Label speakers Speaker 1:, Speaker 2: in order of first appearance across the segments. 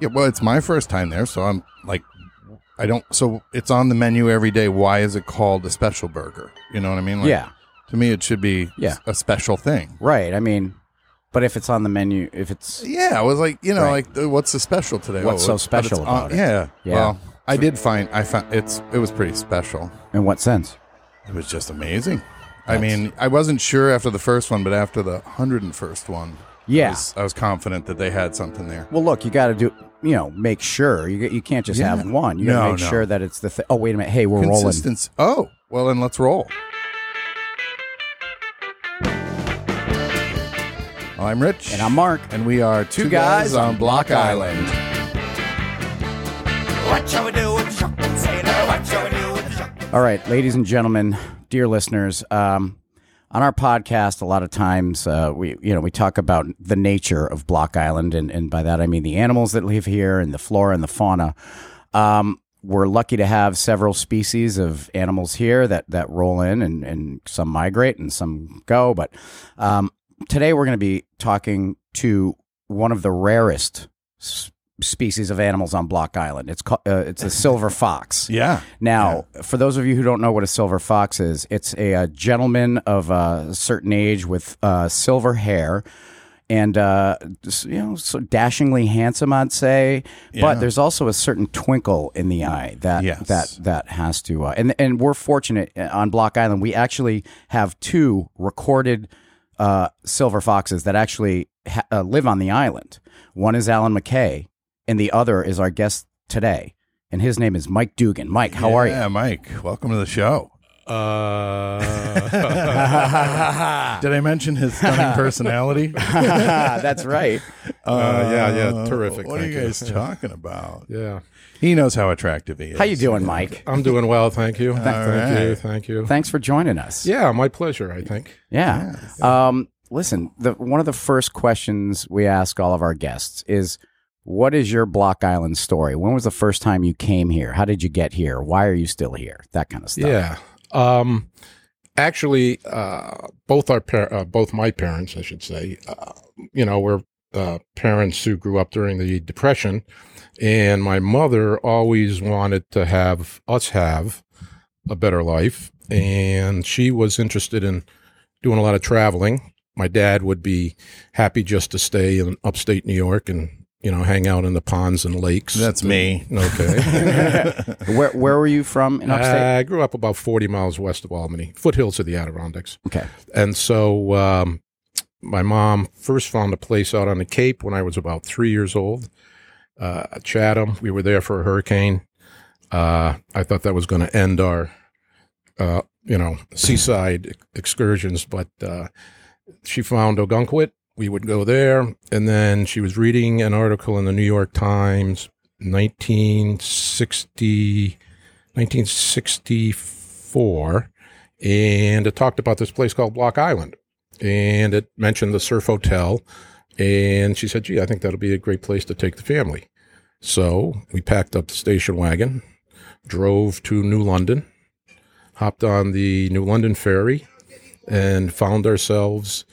Speaker 1: Yeah, well, it's my first time there, so I'm like, I don't. So it's on the menu every day. Why is it called a special burger? You know what I mean? Like,
Speaker 2: yeah,
Speaker 1: To me, it should be
Speaker 2: Yeah.
Speaker 1: a special thing.
Speaker 2: right. I mean, but if it's on the menu, if it's
Speaker 1: Yeah, I was like, you know,
Speaker 2: Right.
Speaker 1: like, uh, what's so special today?
Speaker 2: What's so
Speaker 1: it's- but it's
Speaker 2: special
Speaker 1: on-
Speaker 2: about it?
Speaker 1: Yeah.
Speaker 2: Yeah.
Speaker 1: Well, I did find I found it's it was pretty special.
Speaker 2: in what sense?
Speaker 1: It was just amazing. I mean, I wasn't sure after the first one, but after the hundred and first one, I
Speaker 2: Yeah.
Speaker 1: was, I was confident that they had something there.
Speaker 2: Well, look, you got to do. You know, make sure you you can't just have one. You got to
Speaker 1: No,
Speaker 2: make
Speaker 1: no.
Speaker 2: sure that it's the. Th- oh wait a minute. Hey, we're rolling.
Speaker 1: Consistency. Oh, well, then let's roll. I'm Rich,
Speaker 2: And I'm Mark.
Speaker 1: and we are two, guys, on Block Island.
Speaker 3: What shall we do with Chuck and Sailor? What shall we do with Chuck?
Speaker 2: All right, ladies and gentlemen, dear listeners, um, on our podcast, a lot of times uh, we you know we talk about the nature of Block Island, and, and by that I mean the animals that live here and the flora and the fauna. Um, we're lucky to have several species of animals here that that roll in, and, and some migrate and some go. But um, today we're going to be talking to one of the rarest. s- Species of animals on Block Island. It's called, uh, it's a silver fox.
Speaker 1: Yeah.
Speaker 2: Now, for those of you who don't know what a silver fox is, it's a, uh gentleman of uh, a certain age with uh, silver hair and uh, s- you know, so dashingly handsome, I'd say. But there's also a certain twinkle in the eye that
Speaker 1: Yes.
Speaker 2: that that has to. Uh, and and we're fortunate uh, on Block Island. We actually have two recorded uh, silver foxes that actually ha- uh, live on the island. One is Alan McKay, and the other is our guest today. And his name is Mike Dugan. Mike, how are you?
Speaker 1: Yeah, Mike. Welcome to the show.
Speaker 4: Uh,
Speaker 1: Did I mention his stunning personality?
Speaker 2: That's right.
Speaker 4: Uh, yeah, yeah, terrific,
Speaker 1: What are
Speaker 4: thank
Speaker 1: you
Speaker 4: you.
Speaker 1: guys talking about?
Speaker 4: yeah,
Speaker 1: He knows how attractive he is.
Speaker 2: How you doing, Mike?
Speaker 4: I'm doing well. Thank you. thank you.
Speaker 1: right.
Speaker 4: Thank you.
Speaker 2: Thanks for joining us.
Speaker 4: yeah, my pleasure. I think.
Speaker 2: Yeah. Um, listen, the, one of the first questions we ask all of our guests is, "What is your Block Island story? When was the first time you came here? How did you get here? Why are you still here? That kind of stuff."
Speaker 4: Yeah. Um, actually, uh, both our par- uh, both my parents, I should say, uh, you know, were uh, parents who grew up during the Depression, and my mother always wanted to have us have a better life, and she was interested in doing a lot of traveling. My dad would be happy just to stay in upstate New York and you know hang out in the ponds and lakes.
Speaker 1: That's me. Oh,
Speaker 4: okay.
Speaker 2: Where Where were you from in upstate?
Speaker 4: Uh, I grew up about 40 miles west of Albany, foothills of the Adirondacks.
Speaker 2: okay.
Speaker 4: And so um, my mom first found a place out on the Cape when I was about three years old, uh, Chatham. We were there for a hurricane. Uh, I thought that was going to end our, uh, you know, seaside excursions, but uh, she found Ogunquit. We would go there. And then she was reading an article in the New York Times, 1960. 1964, and it talked about this place called Block Island, and it mentioned the Surf Hotel, and she said, "Gee, I think that'll be a great place to take the family." So we packed up the station wagon, drove to New London, hopped on the New London ferry, and found ourselves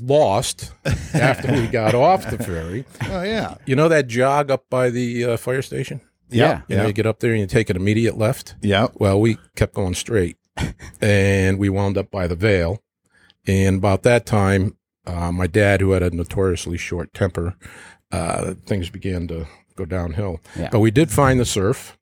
Speaker 4: lost after we got off the ferry.
Speaker 1: Oh yeah.
Speaker 4: You know that jog up by the uh, fire station?
Speaker 2: Yeah.
Speaker 4: You know, you get up there and you take an immediate left.
Speaker 1: Yeah.
Speaker 4: Well, we kept going straight and we wound up by the veil. And about that time, uh, my dad, who had a notoriously short temper, uh, things began to go downhill.
Speaker 2: Yeah.
Speaker 4: But we did find the surf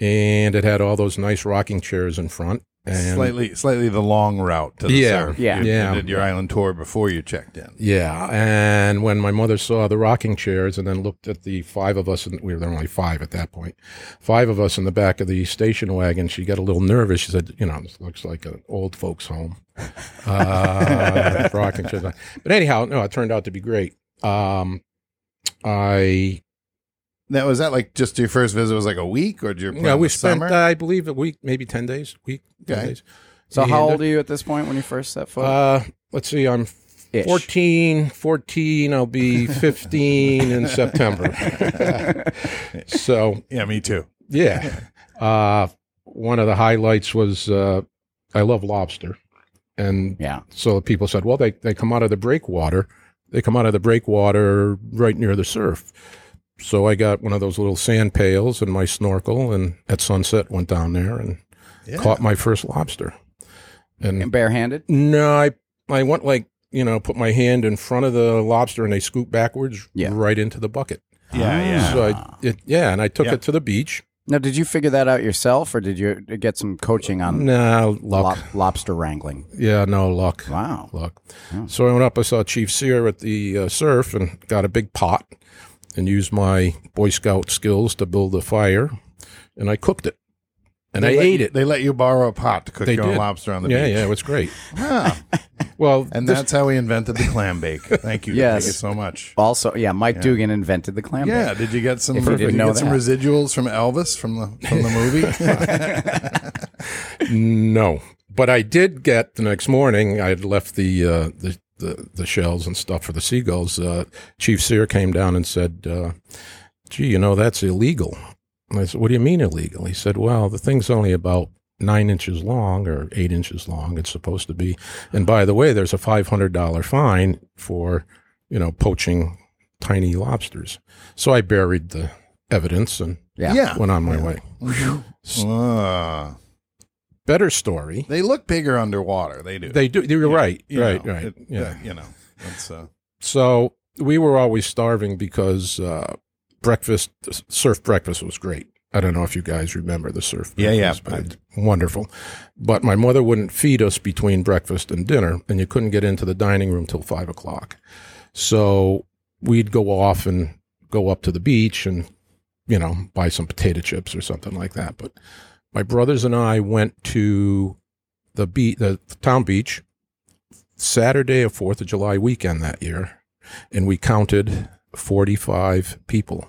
Speaker 4: and it had all those nice rocking chairs in front. And
Speaker 1: slightly slightly the long route to the
Speaker 4: Yeah,
Speaker 1: surf.
Speaker 2: yeah.
Speaker 1: You- you
Speaker 4: Yeah.
Speaker 1: did your island tour before you checked in.
Speaker 4: Yeah, and when my mother saw the rocking chairs and then looked at the five of us, and we were there were only five at that point, five of us in the back of the station wagon, she got a little nervous. She said, "You know, this looks like an old folks' home." Uh, rocking chairs, but anyhow, no, it turned out to be great. Um, I
Speaker 1: Now was that like just your first visit was like a week or did you plan
Speaker 4: yeah, we
Speaker 1: the
Speaker 4: spent,
Speaker 1: summer?
Speaker 4: uh, I believe, a week, maybe ten days, week, 10
Speaker 1: Okay.
Speaker 4: days.
Speaker 2: So, how
Speaker 4: And,
Speaker 2: old are you at this point when you first set foot?
Speaker 4: Uh, let's see, I'm
Speaker 2: Ish.
Speaker 4: 14, 14, I'll be 15 in September. so,
Speaker 1: yeah, me too.
Speaker 4: yeah. Uh, one of the highlights was uh, I love lobster. And
Speaker 2: yeah.
Speaker 4: so people said, well, they, they come out of the breakwater. They come out of the breakwater right near the surf. So I got one of those little sand pails and my snorkel, and at sunset went down there and
Speaker 1: Yeah.
Speaker 4: caught my first lobster. And
Speaker 2: barehanded?
Speaker 4: no, I I went like you know, put my hand in front of the lobster and they scoop backwards
Speaker 2: Yeah.
Speaker 4: right into the bucket.
Speaker 2: Ah.
Speaker 5: Yeah, yeah.
Speaker 4: So I, it, yeah, and I took
Speaker 5: Yeah.
Speaker 4: it to the beach.
Speaker 2: Now, did you figure that out yourself, or did you get some coaching on
Speaker 4: Nah, luck.
Speaker 2: lo- Um, lobster wrangling?
Speaker 4: Yeah, no luck.
Speaker 2: Wow.
Speaker 4: luck.
Speaker 2: Oh.
Speaker 4: So I went up. I saw Chief Sear at the uh, surf and got a big pot and used my Boy Scout skills to build a fire, and I cooked it and I
Speaker 1: They let-
Speaker 4: ate it.
Speaker 1: They let you borrow a pot to cook
Speaker 4: They
Speaker 1: your own
Speaker 4: did.
Speaker 1: lobster on the
Speaker 4: yeah,
Speaker 1: beach.
Speaker 4: yeah, it was great.
Speaker 1: Ah,
Speaker 4: Well,
Speaker 1: and
Speaker 4: this-
Speaker 1: that's how we invented the clam bake. Thank you.
Speaker 2: Yes.
Speaker 1: Thank you so much.
Speaker 2: Also, yeah, Mike Dugan invented the clam
Speaker 1: Yeah,
Speaker 2: bake.
Speaker 1: did you get some?
Speaker 2: If you
Speaker 1: did
Speaker 2: didn't
Speaker 1: you
Speaker 2: know
Speaker 1: get some
Speaker 2: that.
Speaker 1: residuals from Elvis from the from the movie?
Speaker 4: no, but I did get the next morning. I had left the uh, the, the the shells and stuff for the seagulls. Uh, Chief Sear came down and said, uh, "Gee, you know that's illegal." And I said, "What do you mean illegal?" He said, "Well, the thing's only about." Nine inches long or eight inches long, it's supposed to be. And by the way, there's a five hundred dollar fine for, you know, poaching tiny lobsters. So I buried the evidence and
Speaker 2: Yeah.
Speaker 4: went on my way.
Speaker 1: Ah.
Speaker 4: Better story.
Speaker 1: they look bigger underwater. They do.
Speaker 4: They do. You're right.
Speaker 1: You
Speaker 4: right.
Speaker 1: know,
Speaker 4: right.
Speaker 1: it-
Speaker 4: yeah.
Speaker 1: that- you know. That's, uh,
Speaker 4: So we were always starving because uh, breakfast, surf breakfast was great. I don't know if you guys remember the surf.
Speaker 1: Yeah, yeah.
Speaker 4: breakfast, But it's wonderful. But my mother wouldn't feed us between breakfast and dinner, and you couldn't get into the dining room till five o'clock. So we'd go off and go up to the beach and, you know, buy some potato chips or something like that. But my brothers and I went to the be- the town beach Saturday of Fourth of July weekend that year, and we counted forty-five people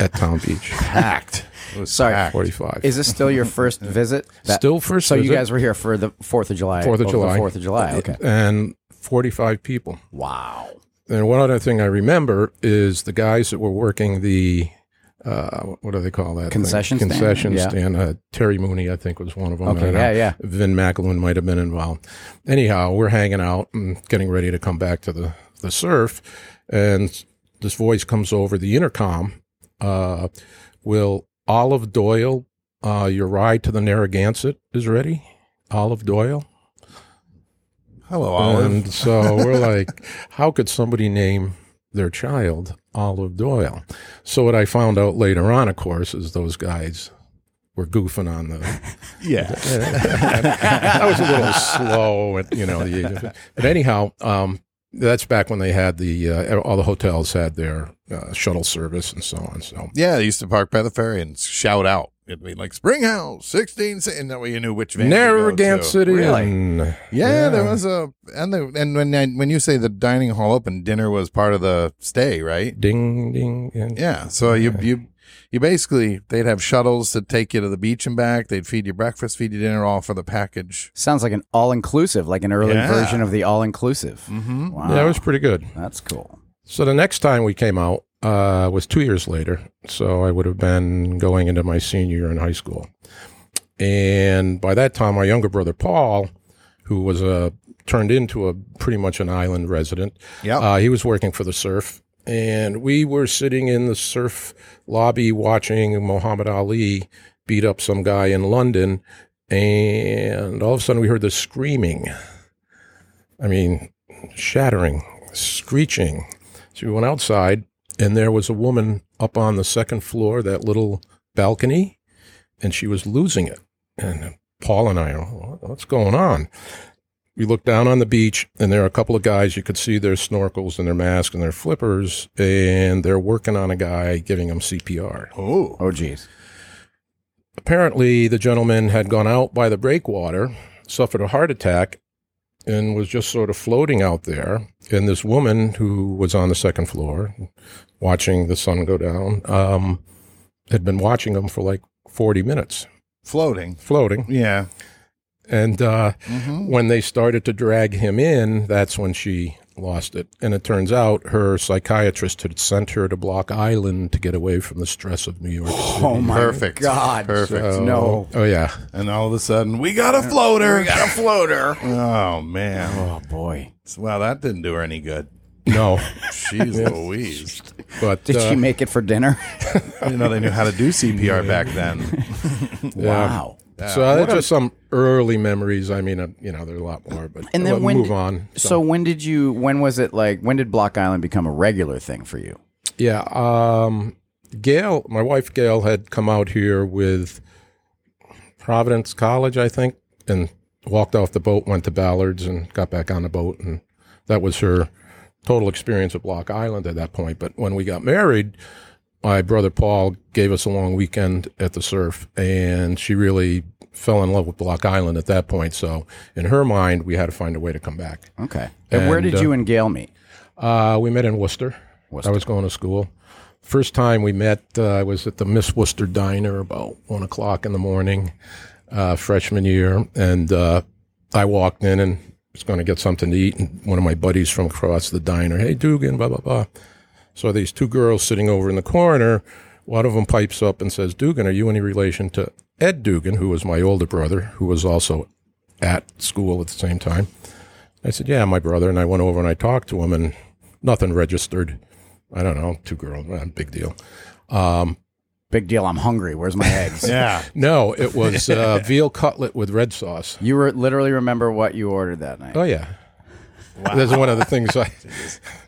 Speaker 4: at Town Beach.
Speaker 1: packed. It was
Speaker 2: Sorry.
Speaker 1: packed.
Speaker 4: Forty-five.
Speaker 2: Is this still your first visit? That-
Speaker 4: Still first.
Speaker 2: So you
Speaker 4: visit,
Speaker 2: guys were here for the Fourth of July.
Speaker 4: Fourth of
Speaker 2: over the
Speaker 4: July.
Speaker 2: Fourth of July. Okay.
Speaker 4: and forty-five people.
Speaker 2: Wow.
Speaker 4: And one other thing I remember is the guys that were working the. Uh, what do they call that? thing?
Speaker 2: Concession stand?
Speaker 4: Concession
Speaker 2: Yeah.
Speaker 4: stand. Uh, Terry Mooney, I think, was one of them. I
Speaker 2: Okay.
Speaker 4: don't know.
Speaker 2: Yeah. Yeah.
Speaker 4: Vin McElwain might have been involved. Anyhow, we're hanging out and getting ready to come back to the, the surf, and this voice comes over the intercom. Uh, will Olive Doyle, uh, your ride to the Narragansett is ready? Olive Doyle?
Speaker 1: Hello, Olive.
Speaker 4: And so we're like, how could somebody name their child Olive Doyle? So what I found out later on, of course, is those guys were goofing on the
Speaker 1: yeah.
Speaker 4: that was a little slow, at, you know. The, but anyhow, um, that's back when they had the uh, all the hotels had their uh, shuttle service and so on. So
Speaker 1: Yeah, they used to park by the ferry and shout out. It'd be like Springhouse, 16, si-" and that way you knew which van. to go to.
Speaker 4: Narragansett
Speaker 1: Really?
Speaker 4: Inn.
Speaker 1: Yeah, there
Speaker 4: Yeah.
Speaker 1: was a and the and when I, when you say the dining hall open, dinner was part of the stay, right?
Speaker 4: Ding ding. And
Speaker 1: Yeah. So you you you basically they'd have shuttles to take you to the beach and back. They'd feed you breakfast, feed you dinner, all for the package.
Speaker 2: Sounds like an all-inclusive, like an early
Speaker 1: Yeah.
Speaker 2: version of the all-inclusive.
Speaker 1: Mm-hmm.
Speaker 2: Wow.
Speaker 4: yeah, it was pretty good.
Speaker 2: That's cool.
Speaker 4: So the next time we came out uh, was two years later. So I would have been going into my senior year in high school. And by that time, my younger brother Paul, who was a turned into a pretty much an island resident,
Speaker 1: Yep.
Speaker 4: uh, he was working for the surf. And we were sitting in the surf lobby watching Muhammad Ali beat up some guy in London. And all of a sudden, we heard the screaming. I mean, shattering, screeching. So we went outside, and there was a woman up on the second floor, that little balcony, and she was losing it. And uh, Paul and I are, "What- what's going on? We looked down on the beach, and there are a couple of guys. You could see their snorkels and their masks and their flippers, and they're working on a guy, giving him CPR
Speaker 1: Oh.
Speaker 2: Oh, geez.
Speaker 4: apparently the gentleman had gone out by the breakwater, suffered a heart attack, and was just sort of floating out there. And this woman who was on the second floor, watching the sun go down, um, had been watching him for like 40 minutes,
Speaker 1: Floating.
Speaker 4: floating.
Speaker 1: Yeah.
Speaker 4: And uh,
Speaker 1: Mm-hmm.
Speaker 4: when they started to drag him in, that's when she lost it. And it turns out her psychiatrist had sent her to Block Island to get away from the stress of New York.
Speaker 2: Oh my
Speaker 1: Perfect.
Speaker 2: God.
Speaker 1: Perfect.
Speaker 4: So-
Speaker 2: No.
Speaker 4: Oh, yeah.
Speaker 1: And all of a sudden, we got a floater. We got a floater. oh man.
Speaker 2: Oh boy.
Speaker 1: Wow, that didn't do her any good.
Speaker 4: No.
Speaker 1: She's Louise.
Speaker 4: But
Speaker 2: Did
Speaker 4: uh,
Speaker 2: she make it for dinner?
Speaker 1: you know, they knew how to do CPR back then.
Speaker 2: wow.
Speaker 4: so that's just some early memories. I mean, uh, you know, there's a lot more, but
Speaker 2: And then
Speaker 4: we'll
Speaker 2: when
Speaker 4: move
Speaker 2: d-
Speaker 4: on.
Speaker 2: So when did you? When was it like? When did Block Island become a regular thing for you?
Speaker 4: Yeah. Um, Gail, my wife Gail, had come out here with Providence College, I think, and walked off the boat, went to Ballard's, and got back on the boat, and that was her total experience of Block Island at that point. But when we got married, my brother Paul gave us a long weekend at the surf, and she really fell in love with Block Island at that point. So in her mind, we had to find a way to come back.
Speaker 2: Okay. And, where did
Speaker 4: And, uh,
Speaker 2: you and Gail meet?
Speaker 4: Uh, we met in Worcester. I was going to school. First time we met, uh, I was at the Miss Worcester Diner about one o'clock in the morning, uh, freshman year, and uh, I walked in and was going to get something to eat. And one of my buddies from across the diner, hey Dugan, blah blah blah. So these two girls sitting over in the corner, one of them pipes up and says, Dugan, are you any relation to Ed Dugan, who was my older brother, who was also at school at the same time? I said, Yeah, my brother. And I went over and I talked to him, and nothing registered. I don't know, two girls, not big deal.
Speaker 2: Big deal. I'm hungry. Where's my eggs?
Speaker 1: Yeah.
Speaker 4: No, it was uh, veal cutlet with red sauce.
Speaker 2: You were, literally remember what you ordered that night.
Speaker 4: Oh, yeah. That's one of the things I.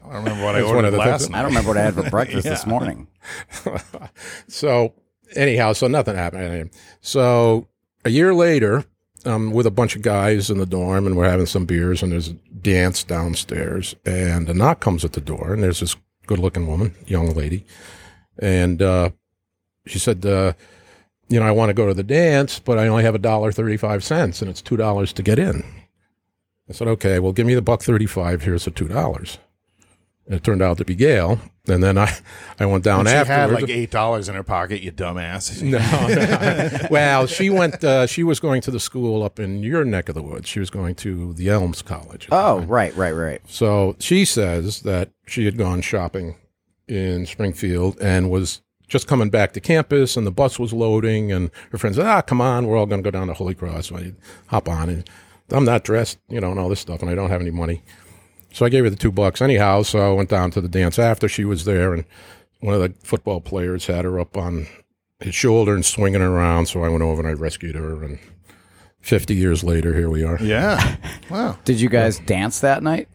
Speaker 1: I don't remember what I
Speaker 4: That's one
Speaker 1: ordered
Speaker 4: of the
Speaker 1: last
Speaker 4: things-
Speaker 2: I don't remember what I had for breakfast this morning.
Speaker 4: So, anyhow, so nothing happened. So, a year later, I'm with a bunch of guys in the dorm and we're having some beers, and there's a dance downstairs. And a knock comes at the door, and there's this good looking woman, young lady. And uh, she said, uh, You know, I want to go to the dance, but I only have a dollar 35 cents, and it's $2 to get in. I said, Okay, well, give me the buck 35. Here's the $2. And it turned out to be Gail. And then I, I went down
Speaker 1: She
Speaker 4: afterwards.
Speaker 1: had like eight dollars in her pocket. You dumbass.
Speaker 4: No, no. well, she went. Uh, she was going to the school up in your neck of the woods. She was going to the Elms College.
Speaker 2: Oh, right, right, right.
Speaker 4: So she says that she had gone shopping in Springfield and was just coming back to campus, and the bus was loading, and her friends said, "Ah, come on, we're all going to go down to Holy Cross." So I hop on, and I'm not dressed, you know, and all this stuff, and I don't have any money. So I gave her the two bucks anyhow. So I went down to the dance after she was there, and one of the football players had her up on his shoulder and swinging her around. So I went over and I rescued her, and 50 years later, here we are.
Speaker 1: Yeah. Wow.
Speaker 2: Did you guys dance that night?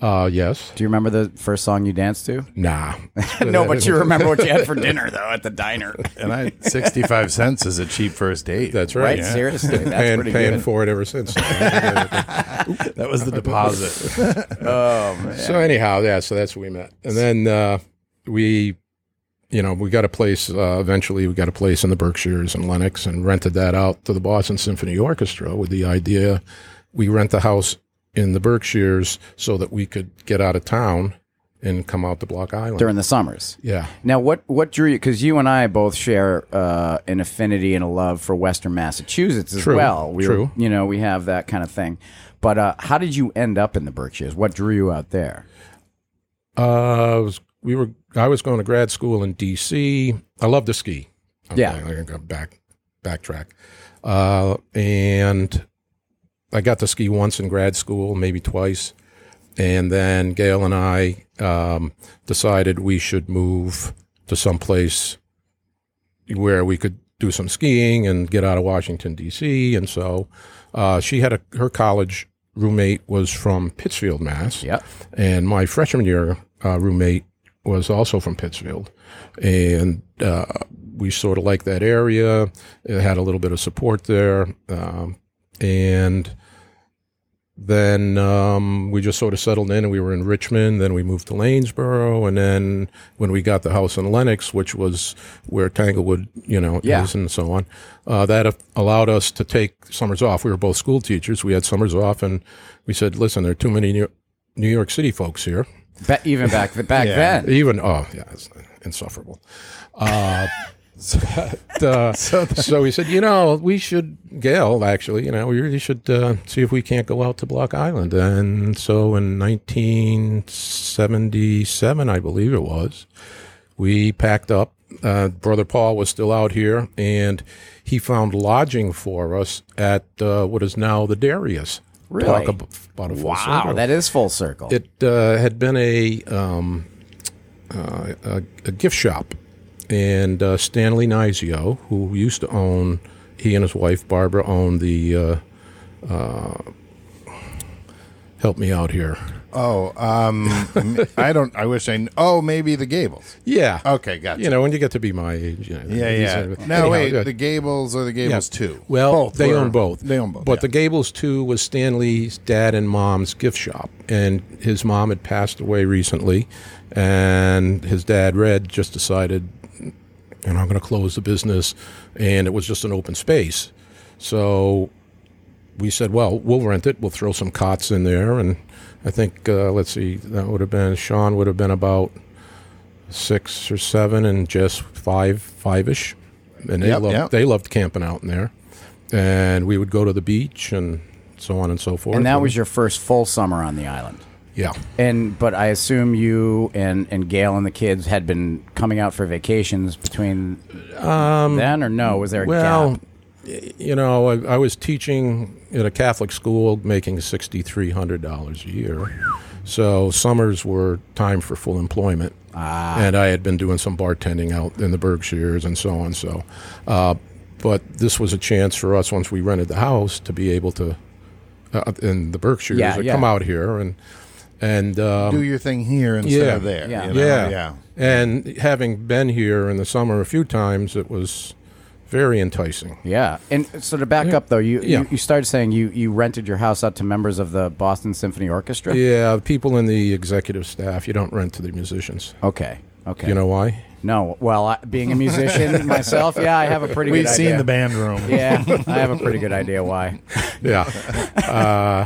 Speaker 4: Uh, yes.
Speaker 2: Do you remember the first song you danced to?
Speaker 4: Nah.
Speaker 2: no, but you remember what you had for dinner though at the diner,
Speaker 1: And I sixty-five cents is a cheap first date.
Speaker 4: That's right.
Speaker 2: right? Seriously, that's
Speaker 4: paying,
Speaker 2: pretty
Speaker 4: paying
Speaker 2: good.
Speaker 4: for it ever since. so
Speaker 1: That was the deposit.
Speaker 4: anyhow, yeah. So that's what we met, and then uh, we, you know, we got a place. Uh, eventually, we got a place in the Berkshires and Lenox, and rented that out to the Boston Symphony Orchestra with the idea we rent the house in the Berkshires so that we could get out of town and come out to Block Island.
Speaker 2: during the summers.
Speaker 4: yeah.
Speaker 2: Now, what what drew you? Because you and I both share uh, an affinity and a love for Western Massachusetts as
Speaker 4: True,
Speaker 2: well. We
Speaker 4: true.
Speaker 2: you know, we have that kind of thing. But uh, how did you end up in the Berkshires? What drew you out there?
Speaker 4: Uh, I was, we were. I was going to grad school in D.C. I love to ski. Okay,
Speaker 2: Yeah.
Speaker 4: I'm gonna go back backtrack. Uh, and I got to ski once in grad school, maybe twice, and then Gail and I um, decided we should move to some place where we could do some skiing and get out of Washington D.C. And so uh, she had a her college roommate was from Pittsfield, Mass.
Speaker 2: Yep.
Speaker 4: And my freshman year uh, roommate was also from Pittsfield. And uh, we sort of liked that area. It had a little bit of support there. Um, and then um, we just sort of settled in and we were in Richmond. Then we moved to Lanesboro. And then when we got the house in Lenox, which was where Tanglewood, you know,
Speaker 2: Yeah.
Speaker 4: is and so on, uh, that a- allowed us to take summers off. We were both school teachers. We had summers off and we said, listen, there are too many New, New York City folks here.
Speaker 2: Ba- even back back then,
Speaker 4: Even, oh, yeah, it's insufferable. Uh, but, uh, so, we said, you know, we should, Gail, actually, you know, we really should uh, see if we can't go out to Block Island. And so in 1977, I believe it was, we packed up. Uh, Brother Paul was still out here, and he found lodging for us at uh, what is now the Darius.
Speaker 2: Really?
Speaker 4: Talk ab- about a full
Speaker 2: wow,
Speaker 4: circle
Speaker 2: that is full circle.
Speaker 4: it uh, had been a um, uh, a, a gift shop, and uh, Stanley Nizio, who used to own, he and his wife Barbara owned the. Uh, uh, help me out here.
Speaker 1: Oh, um, I don't. I wish I. Kn- oh, maybe the Gables.
Speaker 4: Yeah.
Speaker 1: Okay, gotcha.
Speaker 4: You know, when you get to be my age. You know,
Speaker 1: Yeah,
Speaker 4: these
Speaker 1: yeah.
Speaker 4: are-
Speaker 1: no,
Speaker 4: anyhow,
Speaker 1: wait.
Speaker 4: uh,
Speaker 1: The Gables or the Gables
Speaker 4: yeah.
Speaker 1: Two?
Speaker 4: Well, they
Speaker 1: were-
Speaker 4: own both.
Speaker 1: They own both.
Speaker 4: But
Speaker 1: yeah.
Speaker 4: the Gables Two was Stanley's dad and mom's gift shop, and his mom had passed away recently, and his dad Red just decided, and I'm going to close the business, and it was just an open space, so we said, well, we'll rent it. We'll throw some cots in there, and I think uh, let's see, that would have been Sean would have been about six or seven, and Jess five, five ish, and they
Speaker 1: Yep,
Speaker 4: loved
Speaker 1: yep.
Speaker 4: they loved camping out in there, and we would go to the beach and so on and so forth.
Speaker 2: And that was your first full summer on the island.
Speaker 4: yeah,
Speaker 2: And but I assume you and and Gail and the kids had been coming out for vacations between then or no? Was there a
Speaker 4: Um, well.
Speaker 2: gap?
Speaker 4: y- You know, I, I was teaching at a Catholic school, making sixty three hundred dollars a year. So summers were time for full employment,
Speaker 2: Ah.
Speaker 4: and I had been doing some bartending out in the Berkshires and so on. So, uh, but this was a chance for us once we rented the house to be able to uh, in the Berkshires
Speaker 2: Yeah,
Speaker 4: to
Speaker 2: yeah.
Speaker 4: come out here and and um,
Speaker 1: do your thing here instead
Speaker 4: Yeah.
Speaker 1: of there.
Speaker 2: Yeah.
Speaker 1: you know?
Speaker 4: yeah.
Speaker 1: yeah.
Speaker 4: And having been here in the summer a few times, it was very enticing.
Speaker 2: Yeah. And so to back up though, you,
Speaker 4: Yeah.
Speaker 2: you you started saying you you rented your house out to members of the Boston Symphony Orchestra.
Speaker 4: Yeah, people in the executive staff, you don't rent to the musicians.
Speaker 2: Okay. Okay.
Speaker 4: You know why?
Speaker 2: no. Well, I, being a musician myself, yeah, I have a pretty.
Speaker 1: We've
Speaker 2: good
Speaker 1: seen
Speaker 2: idea.
Speaker 1: the band room.
Speaker 2: Yeah, I have a pretty good idea why.
Speaker 4: Yeah. uh,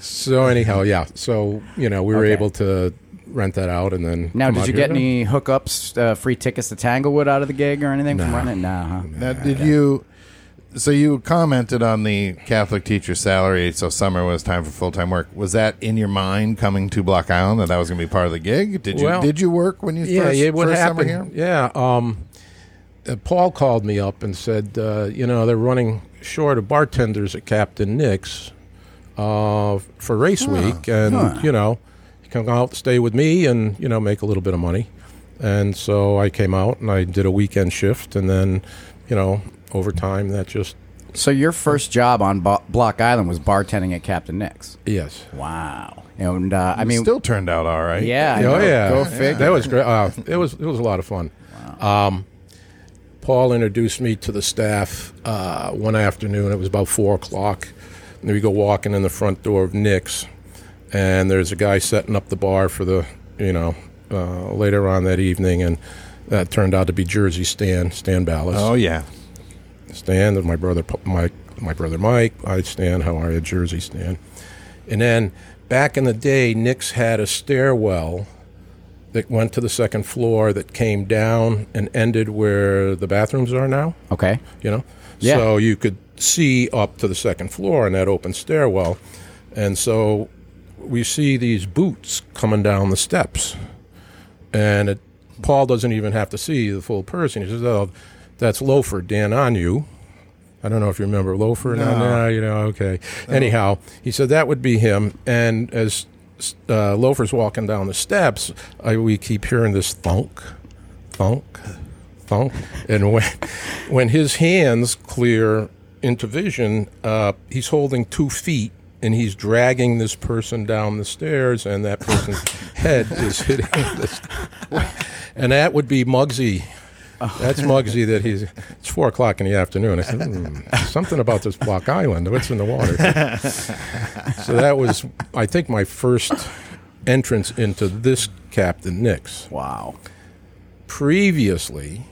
Speaker 4: so anyhow, yeah. So you know, we were
Speaker 2: Okay.
Speaker 4: able to rent that out, and then
Speaker 2: Now,
Speaker 4: come
Speaker 2: did
Speaker 4: out
Speaker 2: you
Speaker 4: here.
Speaker 2: get any hookups, uh, free tickets to Tanglewood out of the gig or anything from running? Nah. Huh?
Speaker 1: Now, did you? So you commented on the Catholic teacher salary. So summer was time for full time work. Was that in your mind coming to Block Island that that was going to be part of the gig? Did you
Speaker 4: Well,
Speaker 1: did you work when you
Speaker 4: yeah,
Speaker 1: first,
Speaker 4: yeah, what
Speaker 1: first summer
Speaker 4: happened?
Speaker 1: here?
Speaker 4: Yeah, um, uh, Paul called me up and said, uh, you know, they're running short of bartenders at Captain Nick's uh, for race week, and you know, you can come out, stay with me, and you know, make a little bit of money. And so I came out and I did a weekend shift, and then, you know, over time that just
Speaker 2: So your first job on Bo- Block Island was bartending at Captain Nick's.
Speaker 4: yes.
Speaker 2: Wow. And uh, I mean,
Speaker 1: Still turned out all right.
Speaker 2: yeah. I
Speaker 4: oh
Speaker 2: know.
Speaker 4: yeah,
Speaker 2: Go figure.
Speaker 4: That was great. Uh, it was it was a lot of fun. Um, Paul introduced me to the staff uh, one afternoon. It was about four o'clock. And we go walking in the front door of Nick's, and there's a guy setting up the bar for the you know uh, later on that evening, and that turned out to be Jersey Stan Stan Ballas.
Speaker 1: Oh yeah.
Speaker 4: Stan, and my brother P- Mike, my brother Mike. I Stan, how are you, Jersey Stan? And then back in the day, Nick's had a stairwell that went to the second floor that came down and ended where the bathrooms are now.
Speaker 2: Okay.
Speaker 4: You know,
Speaker 2: Yeah.
Speaker 4: so you could see up to the second floor in that open stairwell, and so we see these boots coming down the steps, and it, Paul doesn't even have to see the full person. He says, "Oh, that's Loafer Dan on you." I don't know if you remember Loafer. No, no, you know, okay. Anyhow, he said that would be him. And as uh, Loafer's walking down the steps, I, we keep hearing this thunk, thunk, thunk. And when, when his hands clear into vision, uh, he's holding two feet. And he's dragging this person down the stairs, and that person's head is hitting this. And that would be Muggsy. That's Muggsy that he's. It's four o'clock in the afternoon. I said, hmm, something about this Block Island. What's in the water? so that was, I think, my first entrance into this Captain Nick's.
Speaker 2: Wow.
Speaker 4: Previously,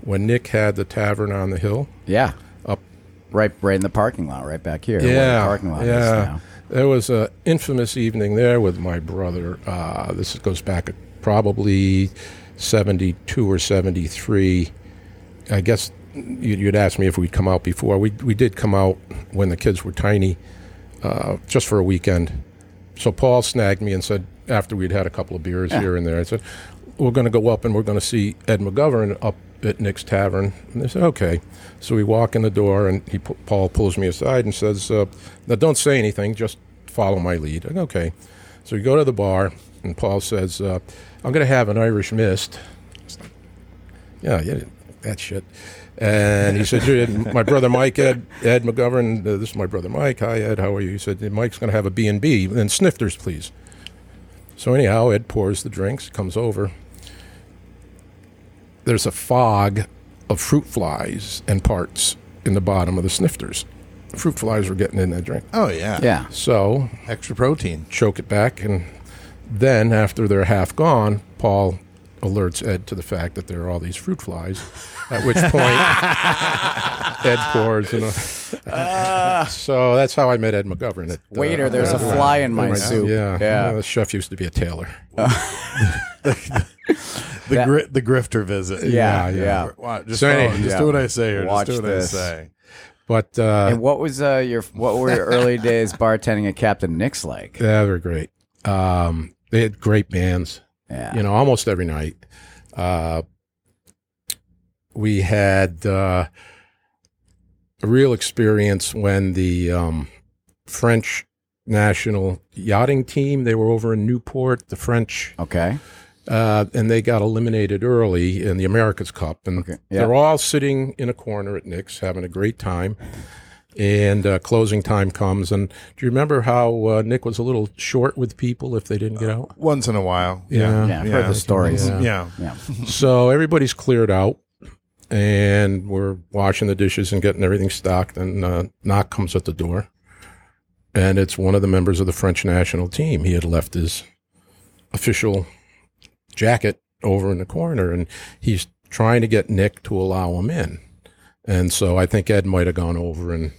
Speaker 4: when Nick had the tavern on the hill,
Speaker 2: Yeah.
Speaker 4: Up.
Speaker 2: Right, right in the parking lot, right back here. where the
Speaker 4: yeah,
Speaker 2: parking lot is
Speaker 4: yeah.
Speaker 2: now.
Speaker 4: There was an infamous evening there with my brother. Uh, this goes back probably seventy-two or seventy-three. I guess you'd you'd asked me if we'd come out before. We we did come out when the kids were tiny, uh, just for a weekend. So Paul snagged me and said after we'd had a couple of beers here and there, I said, "We're going to go up and we're going to see Ed McGovern up at Nick's Tavern." And they said, "Okay." So we walk in the door and he pu- Paul pulls me aside and says, uh, "Now don't say anything, just follow my lead." I go, okay. So we go to the bar And Paul says, uh, I'm going to have an Irish mist. It's like, yeah, yeah, that shit. And he said, "You- my brother Mike, Ed, Ed McGovern, uh, this is my brother Mike. Hi, Ed, how are you? He said, Mike's going to have a B&B. Then snifters, please. So anyhow, Ed pours the drinks, comes over. There's a fog of fruit flies and parts in the bottom of the snifters. Fruit flies were getting in that drink.
Speaker 1: Oh yeah,
Speaker 2: Yeah.
Speaker 4: So
Speaker 1: Extra protein.
Speaker 4: choke it back. And then, after they're half gone, Paul alerts Ed to the fact that there are all these fruit flies, at which point Ed pours. You know. so that's how I met Ed McGovern. At, uh,
Speaker 2: Ah. Waiter, there's a fly in my soup.
Speaker 4: Yeah, yeah.
Speaker 2: Yeah.
Speaker 4: The chef used to be a tailor.
Speaker 1: The
Speaker 2: That-
Speaker 1: gri- the grifter visit.
Speaker 2: Yeah,
Speaker 4: Yeah,
Speaker 2: yeah.
Speaker 1: Or- wow, just,
Speaker 4: So
Speaker 1: follow-
Speaker 4: any-
Speaker 1: just
Speaker 2: yeah.
Speaker 1: do what I say or
Speaker 2: Watch
Speaker 1: just do what
Speaker 2: this.
Speaker 1: I say.
Speaker 4: But uh,
Speaker 2: And what was uh, your what were your early days bartending at Captain Nick's like?
Speaker 4: yeah, they're great. Um, they had great bands.
Speaker 2: Yeah.
Speaker 4: you know, almost every night. Uh, we had uh, a real experience when the um, French national yachting team they were over in Newport, the French,
Speaker 2: Okay.
Speaker 4: uh, and they got eliminated early in the America's Cup, and
Speaker 2: Okay, yeah.
Speaker 4: they're all sitting in a corner at Nick's having a great time. And uh, closing time comes, and do you remember how uh, Nick was a little short with people if they didn't get out?
Speaker 1: Once in a while.
Speaker 2: Yeah, I've heard
Speaker 1: Yeah.
Speaker 2: the stories.
Speaker 1: Yeah.
Speaker 4: So everybody's cleared out, and we're washing the dishes and getting everything stocked. And uh, knock comes at the door, and it's one of the members of the French national team. He had left his official jacket over in the corner, and he's trying to get Nick to allow him in. And so I think Ed might have gone over and,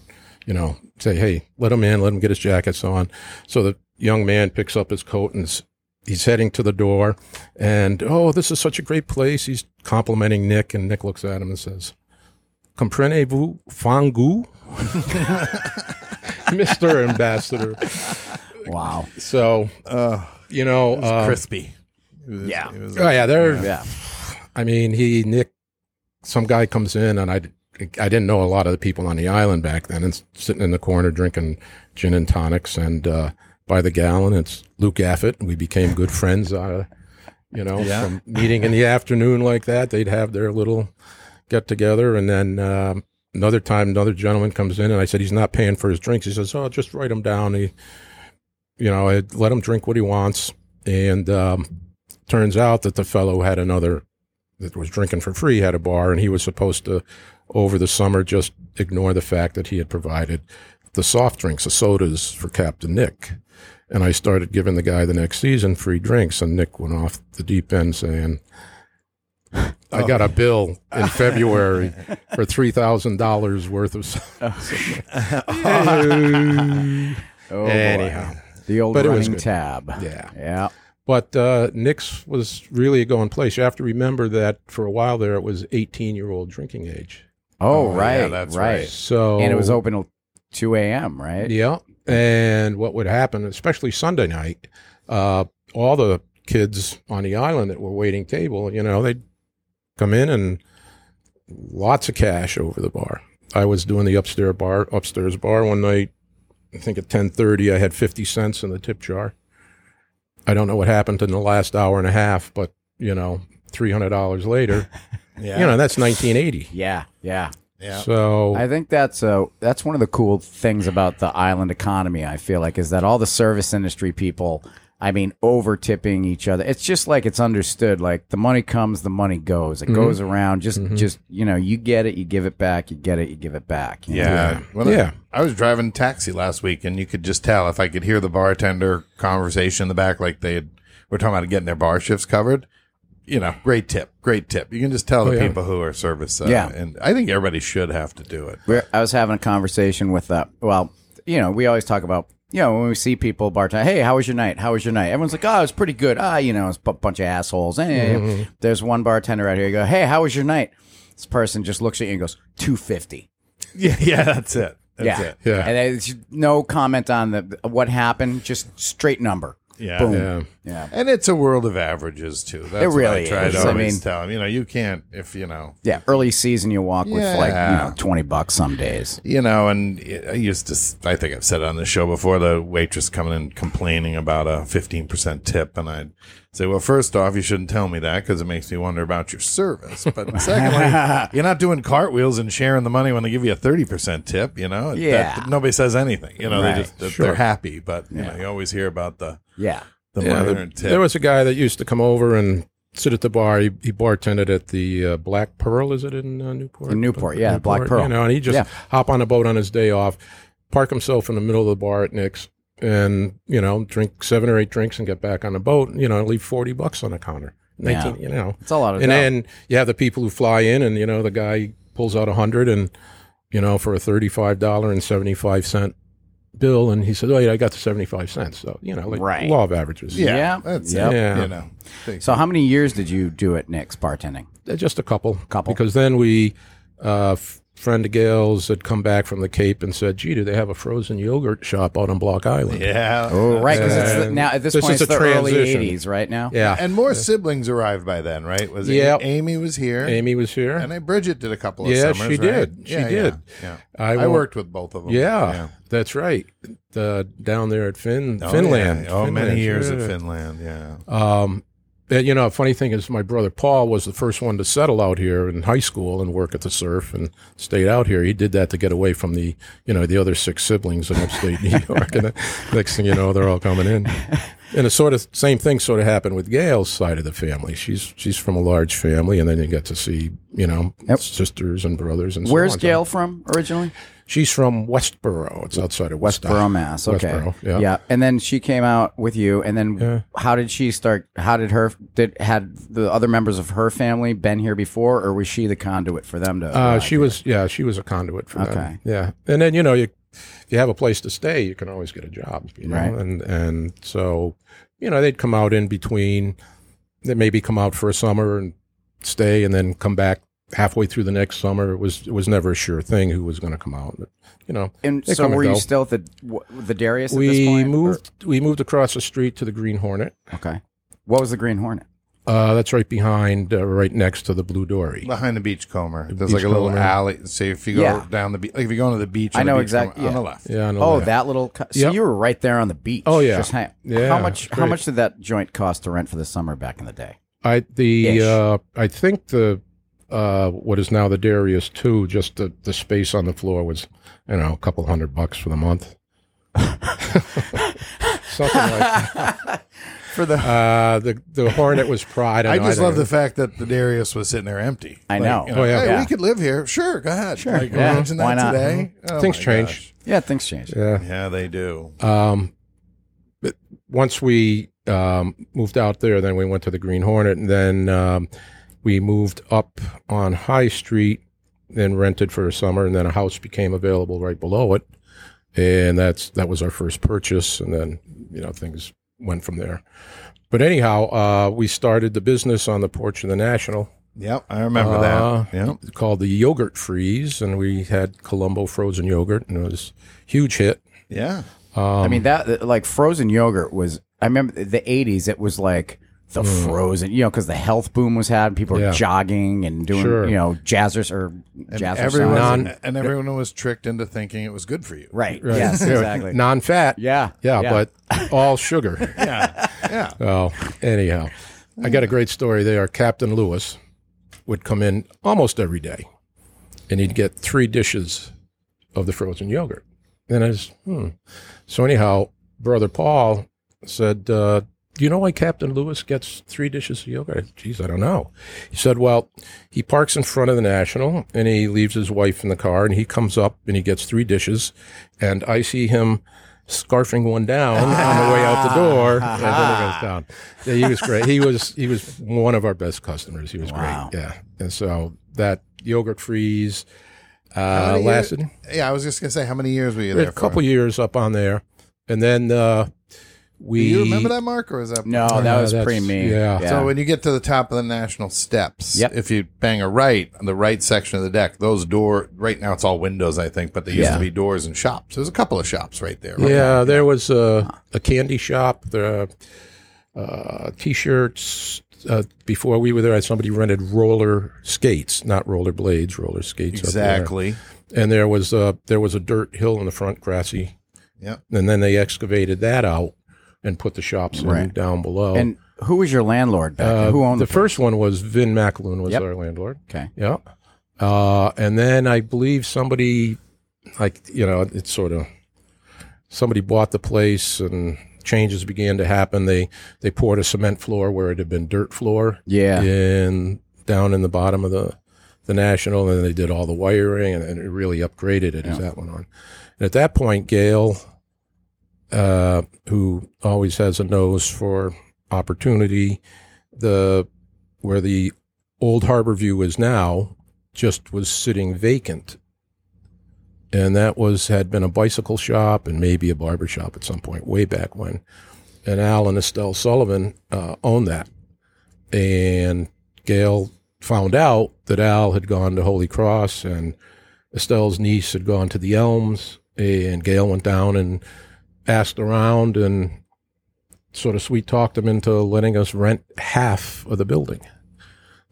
Speaker 4: you know, say, "Hey, let him in. Let him get his jackets on." So the young man picks up his coat and s- he's heading to the door and oh, this is such a great place. He's complimenting Nick, and Nick looks at him and says, "Comprenez-vous fangu, Mister Ambassador?"
Speaker 2: Wow.
Speaker 4: So you know, uh,
Speaker 1: Crispy. It was-
Speaker 2: Yeah.
Speaker 1: it was-
Speaker 4: oh yeah, they're.
Speaker 2: Yeah.
Speaker 4: I mean, he Nick, some guy comes in, and I. I didn't know a lot of the people on the island back then, and s- sitting in the corner drinking gin and tonics, and uh, by the gallon, it's Luke Affett. We became good friends. Uh, you know,
Speaker 1: Yeah.
Speaker 4: from meeting in the afternoon like that, they'd have their little get together, and then um, another time, another gentleman comes in, and I said he's not paying for his drinks. He says, "Oh, just write him down." He, you know, I let him drink what he wants, and um, turns out that the fellow had another that was drinking for free had a bar, and he was supposed to over the summer just ignore the fact that he had provided the soft drinks, the sodas for Captain Nick. And I started giving the guy the next season free drinks, and Nick went off the deep end saying, I got a bill
Speaker 2: Oh.
Speaker 4: in February for three thousand dollars worth of.
Speaker 2: Oh, boy.
Speaker 4: Anyhow,
Speaker 2: The old
Speaker 4: But it was
Speaker 2: running
Speaker 4: good.
Speaker 2: tab.
Speaker 4: yeah.
Speaker 2: Yeah.
Speaker 4: But uh, Nick's was really a going place. You have to remember that for a while there, it was 18 year old drinking age.
Speaker 2: Oh,
Speaker 1: Oh, yeah,
Speaker 2: right.
Speaker 1: that's
Speaker 2: right.
Speaker 1: right.
Speaker 4: So
Speaker 2: And it was open till 2 a.m., right?
Speaker 4: Yeah, and what would happen, especially Sunday night, uh, all the kids on the island that were waiting table, you know, they'd come in and lots of cash over the bar. I was doing the upstairs bar, upstairs bar one night. I think at ten thirty, I had fifty cents in the tip jar. I don't know what happened in the last hour and a half, but you know, three hundred dollars later,
Speaker 1: Yeah.
Speaker 4: you know, that's nineteen eighty.
Speaker 2: Yeah. Yeah.
Speaker 1: yeah.
Speaker 4: So
Speaker 2: I think that's uh that's one of the cool things about the island economy. I feel like is that all the service industry people, I mean, over tipping each other. It's just like it's understood. Like the money comes, the money goes. It goes around. Just just you know, you get it, you give it back. You get it, you give it back. you know?
Speaker 1: Yeah. When I-
Speaker 4: Yeah.
Speaker 1: I, was driving taxi last week and you could just tell if I could hear the bartender conversation in the back, like they had, were talking about getting their bar shifts covered. You know, great tip, great tip. You can just tell the
Speaker 4: yeah.
Speaker 1: people who are service. Uh,
Speaker 2: Yeah.
Speaker 1: And I think everybody should have to do it.
Speaker 2: We're, I was having a conversation with, uh, well, you know, we always talk about, you know, when we see people bartend, hey, how was your night? How was your night? Everyone's like, oh, it was pretty good. Ah, you know, it's a bu- bunch of assholes. Eh, There's one bartender out here. You go, hey, how was your night? This person just looks at you and goes, 250.
Speaker 1: Yeah. Yeah. That's it. That's
Speaker 2: yeah.
Speaker 1: it.
Speaker 4: Yeah.
Speaker 2: And it's no comment on the what happened, just straight number.
Speaker 1: Yeah.
Speaker 2: Boom.
Speaker 4: Yeah.
Speaker 2: Yeah.
Speaker 1: And it's a world of averages too. That's
Speaker 2: really
Speaker 1: what I try
Speaker 2: is.
Speaker 1: to
Speaker 2: I
Speaker 1: always
Speaker 2: mean-
Speaker 1: tell them. You know, you can't if you know.
Speaker 2: Yeah. Early season, you walk with like you
Speaker 1: Yeah.
Speaker 2: know twenty bucks some days.
Speaker 1: You know, and I used to. s- I think I've said it on the show before. The waitress coming in complaining about a fifteen percent tip, and I'd say, "Well, first off, you shouldn't tell me that because it makes me wonder about your service. But secondly, you're not doing cartwheels and sharing the money when they give you a thirty percent tip. You know, That-
Speaker 2: Yeah.
Speaker 1: nobody says anything. You know,
Speaker 2: Right.
Speaker 1: they just they're-
Speaker 4: Sure.
Speaker 1: they're happy, but you know, you always hear about the
Speaker 2: Yeah.
Speaker 1: the
Speaker 4: Yeah,
Speaker 1: minor
Speaker 4: there,
Speaker 1: tip.
Speaker 4: there was a guy that used to come over and sit at the bar. He, he bartended at the uh, Black Pearl. Is it in uh, Newport?
Speaker 2: In Newport, yeah, Black Pearl.
Speaker 4: You know, and he just
Speaker 2: Yeah.
Speaker 4: hop on a boat on his day off, park himself in the middle of the bar at Nick's, and you know, drink seven or eight drinks and get back on the boat. You know, leave forty bucks on the counter. Nineteen, you know,
Speaker 2: It's a lot of
Speaker 4: and
Speaker 2: dough.
Speaker 4: then you have the people who fly in, and you know, the guy pulls out a hundred and you know for a thirty-five dollar and seventy-five cent bill, and he says, "Oh yeah, I got the seventy-five cents." So you know, like
Speaker 2: Right.
Speaker 4: law of averages.
Speaker 1: yeah,
Speaker 2: Yeah.
Speaker 1: that's
Speaker 2: Yep.
Speaker 1: it,
Speaker 4: Yeah.
Speaker 1: you know.
Speaker 2: so how many years did you do at Nick's bartending?
Speaker 4: Uh, Just a couple.
Speaker 2: Couple.
Speaker 4: Because then we, uh, f- friend of Gail's had come back from the Cape and said, gee, do they have a frozen yogurt shop out on Block Island?
Speaker 1: Yeah.
Speaker 2: Oh, right, because it's the,
Speaker 4: And
Speaker 2: now at this,
Speaker 4: this
Speaker 2: point
Speaker 4: is
Speaker 2: it's the
Speaker 4: a
Speaker 2: early
Speaker 4: transition.
Speaker 2: '80s, right now.
Speaker 4: Yeah.
Speaker 1: And more siblings arrived by then, right? Was it
Speaker 4: Yep.
Speaker 1: Amy was here,
Speaker 4: Amy was here.
Speaker 1: and then Bridget did a couple of
Speaker 4: yeah,
Speaker 1: summers.
Speaker 4: she
Speaker 1: right?
Speaker 4: did. She
Speaker 1: Yeah, yeah,
Speaker 4: did.
Speaker 1: Yeah,
Speaker 4: I,
Speaker 1: I
Speaker 4: wa-
Speaker 1: worked with both of them.
Speaker 4: Yeah, that's right. The, down there at Fin,
Speaker 1: Oh,
Speaker 4: Finland.
Speaker 1: yeah. Oh, many
Speaker 4: Finland,
Speaker 1: years at
Speaker 4: yeah.
Speaker 1: Finland. Yeah.
Speaker 4: Um, and, you know, a funny thing is, my brother Paul was the first one to settle out here in high school and work at the surf and stayed out here. He did that to get away from the, you know, the other six siblings in upstate New York. And the next thing you know, they're all coming in. And the sort of same thing sort of happened with Gail's side of the family. She's she's from a large family, and then you get to see, you know, sisters and brothers and. so
Speaker 2: Where's
Speaker 4: on.
Speaker 2: Gail from originally?
Speaker 4: She's from Westboro. It's outside of West
Speaker 2: Borough, Mass. Okay.
Speaker 4: Westboro, yeah.
Speaker 2: And then she came out with you, and then how did she start? How did her did had the other members of her family been here before, or was she the conduit for them to?
Speaker 4: Uh,
Speaker 2: arrive?
Speaker 4: she was, yeah, she was a conduit for
Speaker 2: Okay.
Speaker 4: that. Yeah, and then you know, you if you have a place to stay, you can always get a job, you know,
Speaker 2: Right.
Speaker 4: and and so you know they'd come out in between. They maybe come out for a summer and stay, and then come back halfway through the next summer. It was it was never a sure thing who was going to come out, but, you know.
Speaker 2: and
Speaker 4: they
Speaker 2: so
Speaker 4: come and
Speaker 2: were you
Speaker 4: go.
Speaker 2: still at the w- the Darius? at this
Speaker 4: We
Speaker 2: point, or-
Speaker 4: moved we moved across the street to the Green Hornet.
Speaker 2: okay. What was the Green Hornet?
Speaker 4: Uh, that's right behind, uh, right next to the Blue Dory.
Speaker 1: Behind the beachcomber, there's like a
Speaker 4: Beachcomber.
Speaker 1: little alley. So if you go
Speaker 2: Yeah.
Speaker 1: down the beach, like if you go to the beach,
Speaker 2: I
Speaker 1: on the
Speaker 2: know
Speaker 1: beachcomber,
Speaker 2: exactly-
Speaker 1: on
Speaker 2: yeah.
Speaker 1: the left.
Speaker 4: Yeah. on the
Speaker 2: Oh,
Speaker 4: left.
Speaker 2: that little. Co- so
Speaker 4: Yep.
Speaker 2: you were right there on the beach.
Speaker 4: Oh, yeah.
Speaker 2: Just hang-
Speaker 4: Yeah,
Speaker 2: How much? How
Speaker 4: great.
Speaker 2: much did that joint cost to rent for the summer back in the day?
Speaker 4: I
Speaker 2: Ish.
Speaker 4: the uh, I think the uh, what is now the Darius two, just the, the space on the floor was you know a couple hundred bucks for the month. Something like
Speaker 1: For the,
Speaker 4: uh, the the Hornet was pride.
Speaker 1: I just love the fact that the Darius was sitting there empty.
Speaker 2: I
Speaker 1: Like,
Speaker 2: know.
Speaker 1: you know,
Speaker 4: Oh, yeah.
Speaker 1: Hey,
Speaker 2: Yeah.
Speaker 1: we could live here. Sure, go ahead. Sure. Like,
Speaker 2: Yeah.
Speaker 1: Imagine that
Speaker 2: Why not? Mm-hmm.
Speaker 1: today. Oh,
Speaker 4: Things
Speaker 1: my
Speaker 4: change.
Speaker 1: gosh.
Speaker 2: Yeah, things changed.
Speaker 4: Yeah.
Speaker 1: Yeah, they do.
Speaker 4: Um, but once we um, moved out there, then we went to the Green Hornet, and then um, we moved up on High Street, then rented for a summer, and then a house became available right below it, and that's that was our first purchase, and then you know things went from there. But anyhow, uh, we started the business on the porch of the National
Speaker 1: Yep, I remember
Speaker 4: Uh,
Speaker 1: that. Yep.
Speaker 4: called the Yogurt Freeze, and we had Colombo frozen yogurt, and it was a huge hit.
Speaker 1: Yeah.
Speaker 2: I
Speaker 4: Um,
Speaker 2: mean that like frozen yogurt was. I remember the '80s. It was like the frozen, you know, because the health boom was had. People were
Speaker 4: Mm. Yeah.
Speaker 2: jogging and doing,
Speaker 4: Sure.
Speaker 2: you know, jazzers or
Speaker 1: And
Speaker 2: jazzers.
Speaker 1: everyone,
Speaker 4: Non-
Speaker 1: and everyone was tricked into thinking it was good for you.
Speaker 2: right? Yes, exactly.
Speaker 4: Non-fat.
Speaker 2: Yeah,
Speaker 4: Yeah,
Speaker 2: yeah.
Speaker 4: but all sugar.
Speaker 1: Yeah. Yeah.
Speaker 4: Oh, anyhow, I got a great story there. Captain Lewis would come in almost every day, and he'd get three dishes of the frozen yogurt. And I was, hmm. So anyhow, brother Paul said, uh, "Do you know why Captain Lewis gets three dishes of yogurt?" I said, Geez, I don't know. He said, "Well, he parks in front of the National, and he leaves his wife in the car, and he comes up and he gets three dishes, and I see him." scarfing one down on the way out the door, and then it goes down. Yeah, he was great. He was he was one of our best customers. He was
Speaker 2: Wow.
Speaker 4: great. Yeah, and so that yogurt freeze
Speaker 1: How
Speaker 4: uh,
Speaker 1: many
Speaker 4: lasted
Speaker 1: years- yeah, I was just gonna say, how many years were you there?
Speaker 4: a couple years up on there, and then uh,
Speaker 1: Do
Speaker 4: we
Speaker 1: you remember that, Mark, or is that
Speaker 2: No,
Speaker 4: Oh,
Speaker 2: that
Speaker 4: no,
Speaker 2: was
Speaker 4: that's-
Speaker 2: pre me.
Speaker 4: yeah.
Speaker 1: So when you get to the top of the national steps,
Speaker 2: Yep.
Speaker 1: if you bang a right on the right section of the deck, those door right now it's all windows, I think, but they used
Speaker 2: Yeah.
Speaker 1: to be doors and shops. There's a couple of shops right there. right?
Speaker 4: Yeah, there was
Speaker 1: Ah.
Speaker 4: a, a candy shop, the uh, t-shirts. Uh, before we were there, somebody rented roller skates, not roller blades, roller skates. up there.
Speaker 1: Exactly.
Speaker 4: And there was a there was a dirt hill in the front, grassy.
Speaker 1: Yeah.
Speaker 4: And then they excavated that out and put the shops in
Speaker 2: Right.
Speaker 4: down below.
Speaker 2: and who was your landlord back? then?
Speaker 4: Uh,
Speaker 2: who owned
Speaker 4: the
Speaker 2: the,
Speaker 4: first one was Vin McAloon was
Speaker 2: Yep.
Speaker 4: our landlord.
Speaker 2: Okay.
Speaker 4: Yeah. Uh, and then I believe somebody, like you know, it's sort of somebody bought the place and changes began to happen. They they poured a cement floor where it had been dirt floor
Speaker 2: Yeah.
Speaker 4: in down in the bottom of the the national, and then they did all the wiring and, and it really upgraded it as that went on. And at that point, Gail, uh, who always has a nose for opportunity, the where the old Harbor View is now just was sitting vacant. And that was had been a bicycle shop and maybe a barber shop at some point way back when. And Al and Estelle Sullivan uh, owned that. And Gail found out that Al had gone to Holy Cross and Estelle's niece had gone to the Elms. And Gail went down and asked around and sort of sweet talked them into letting us rent half of the building.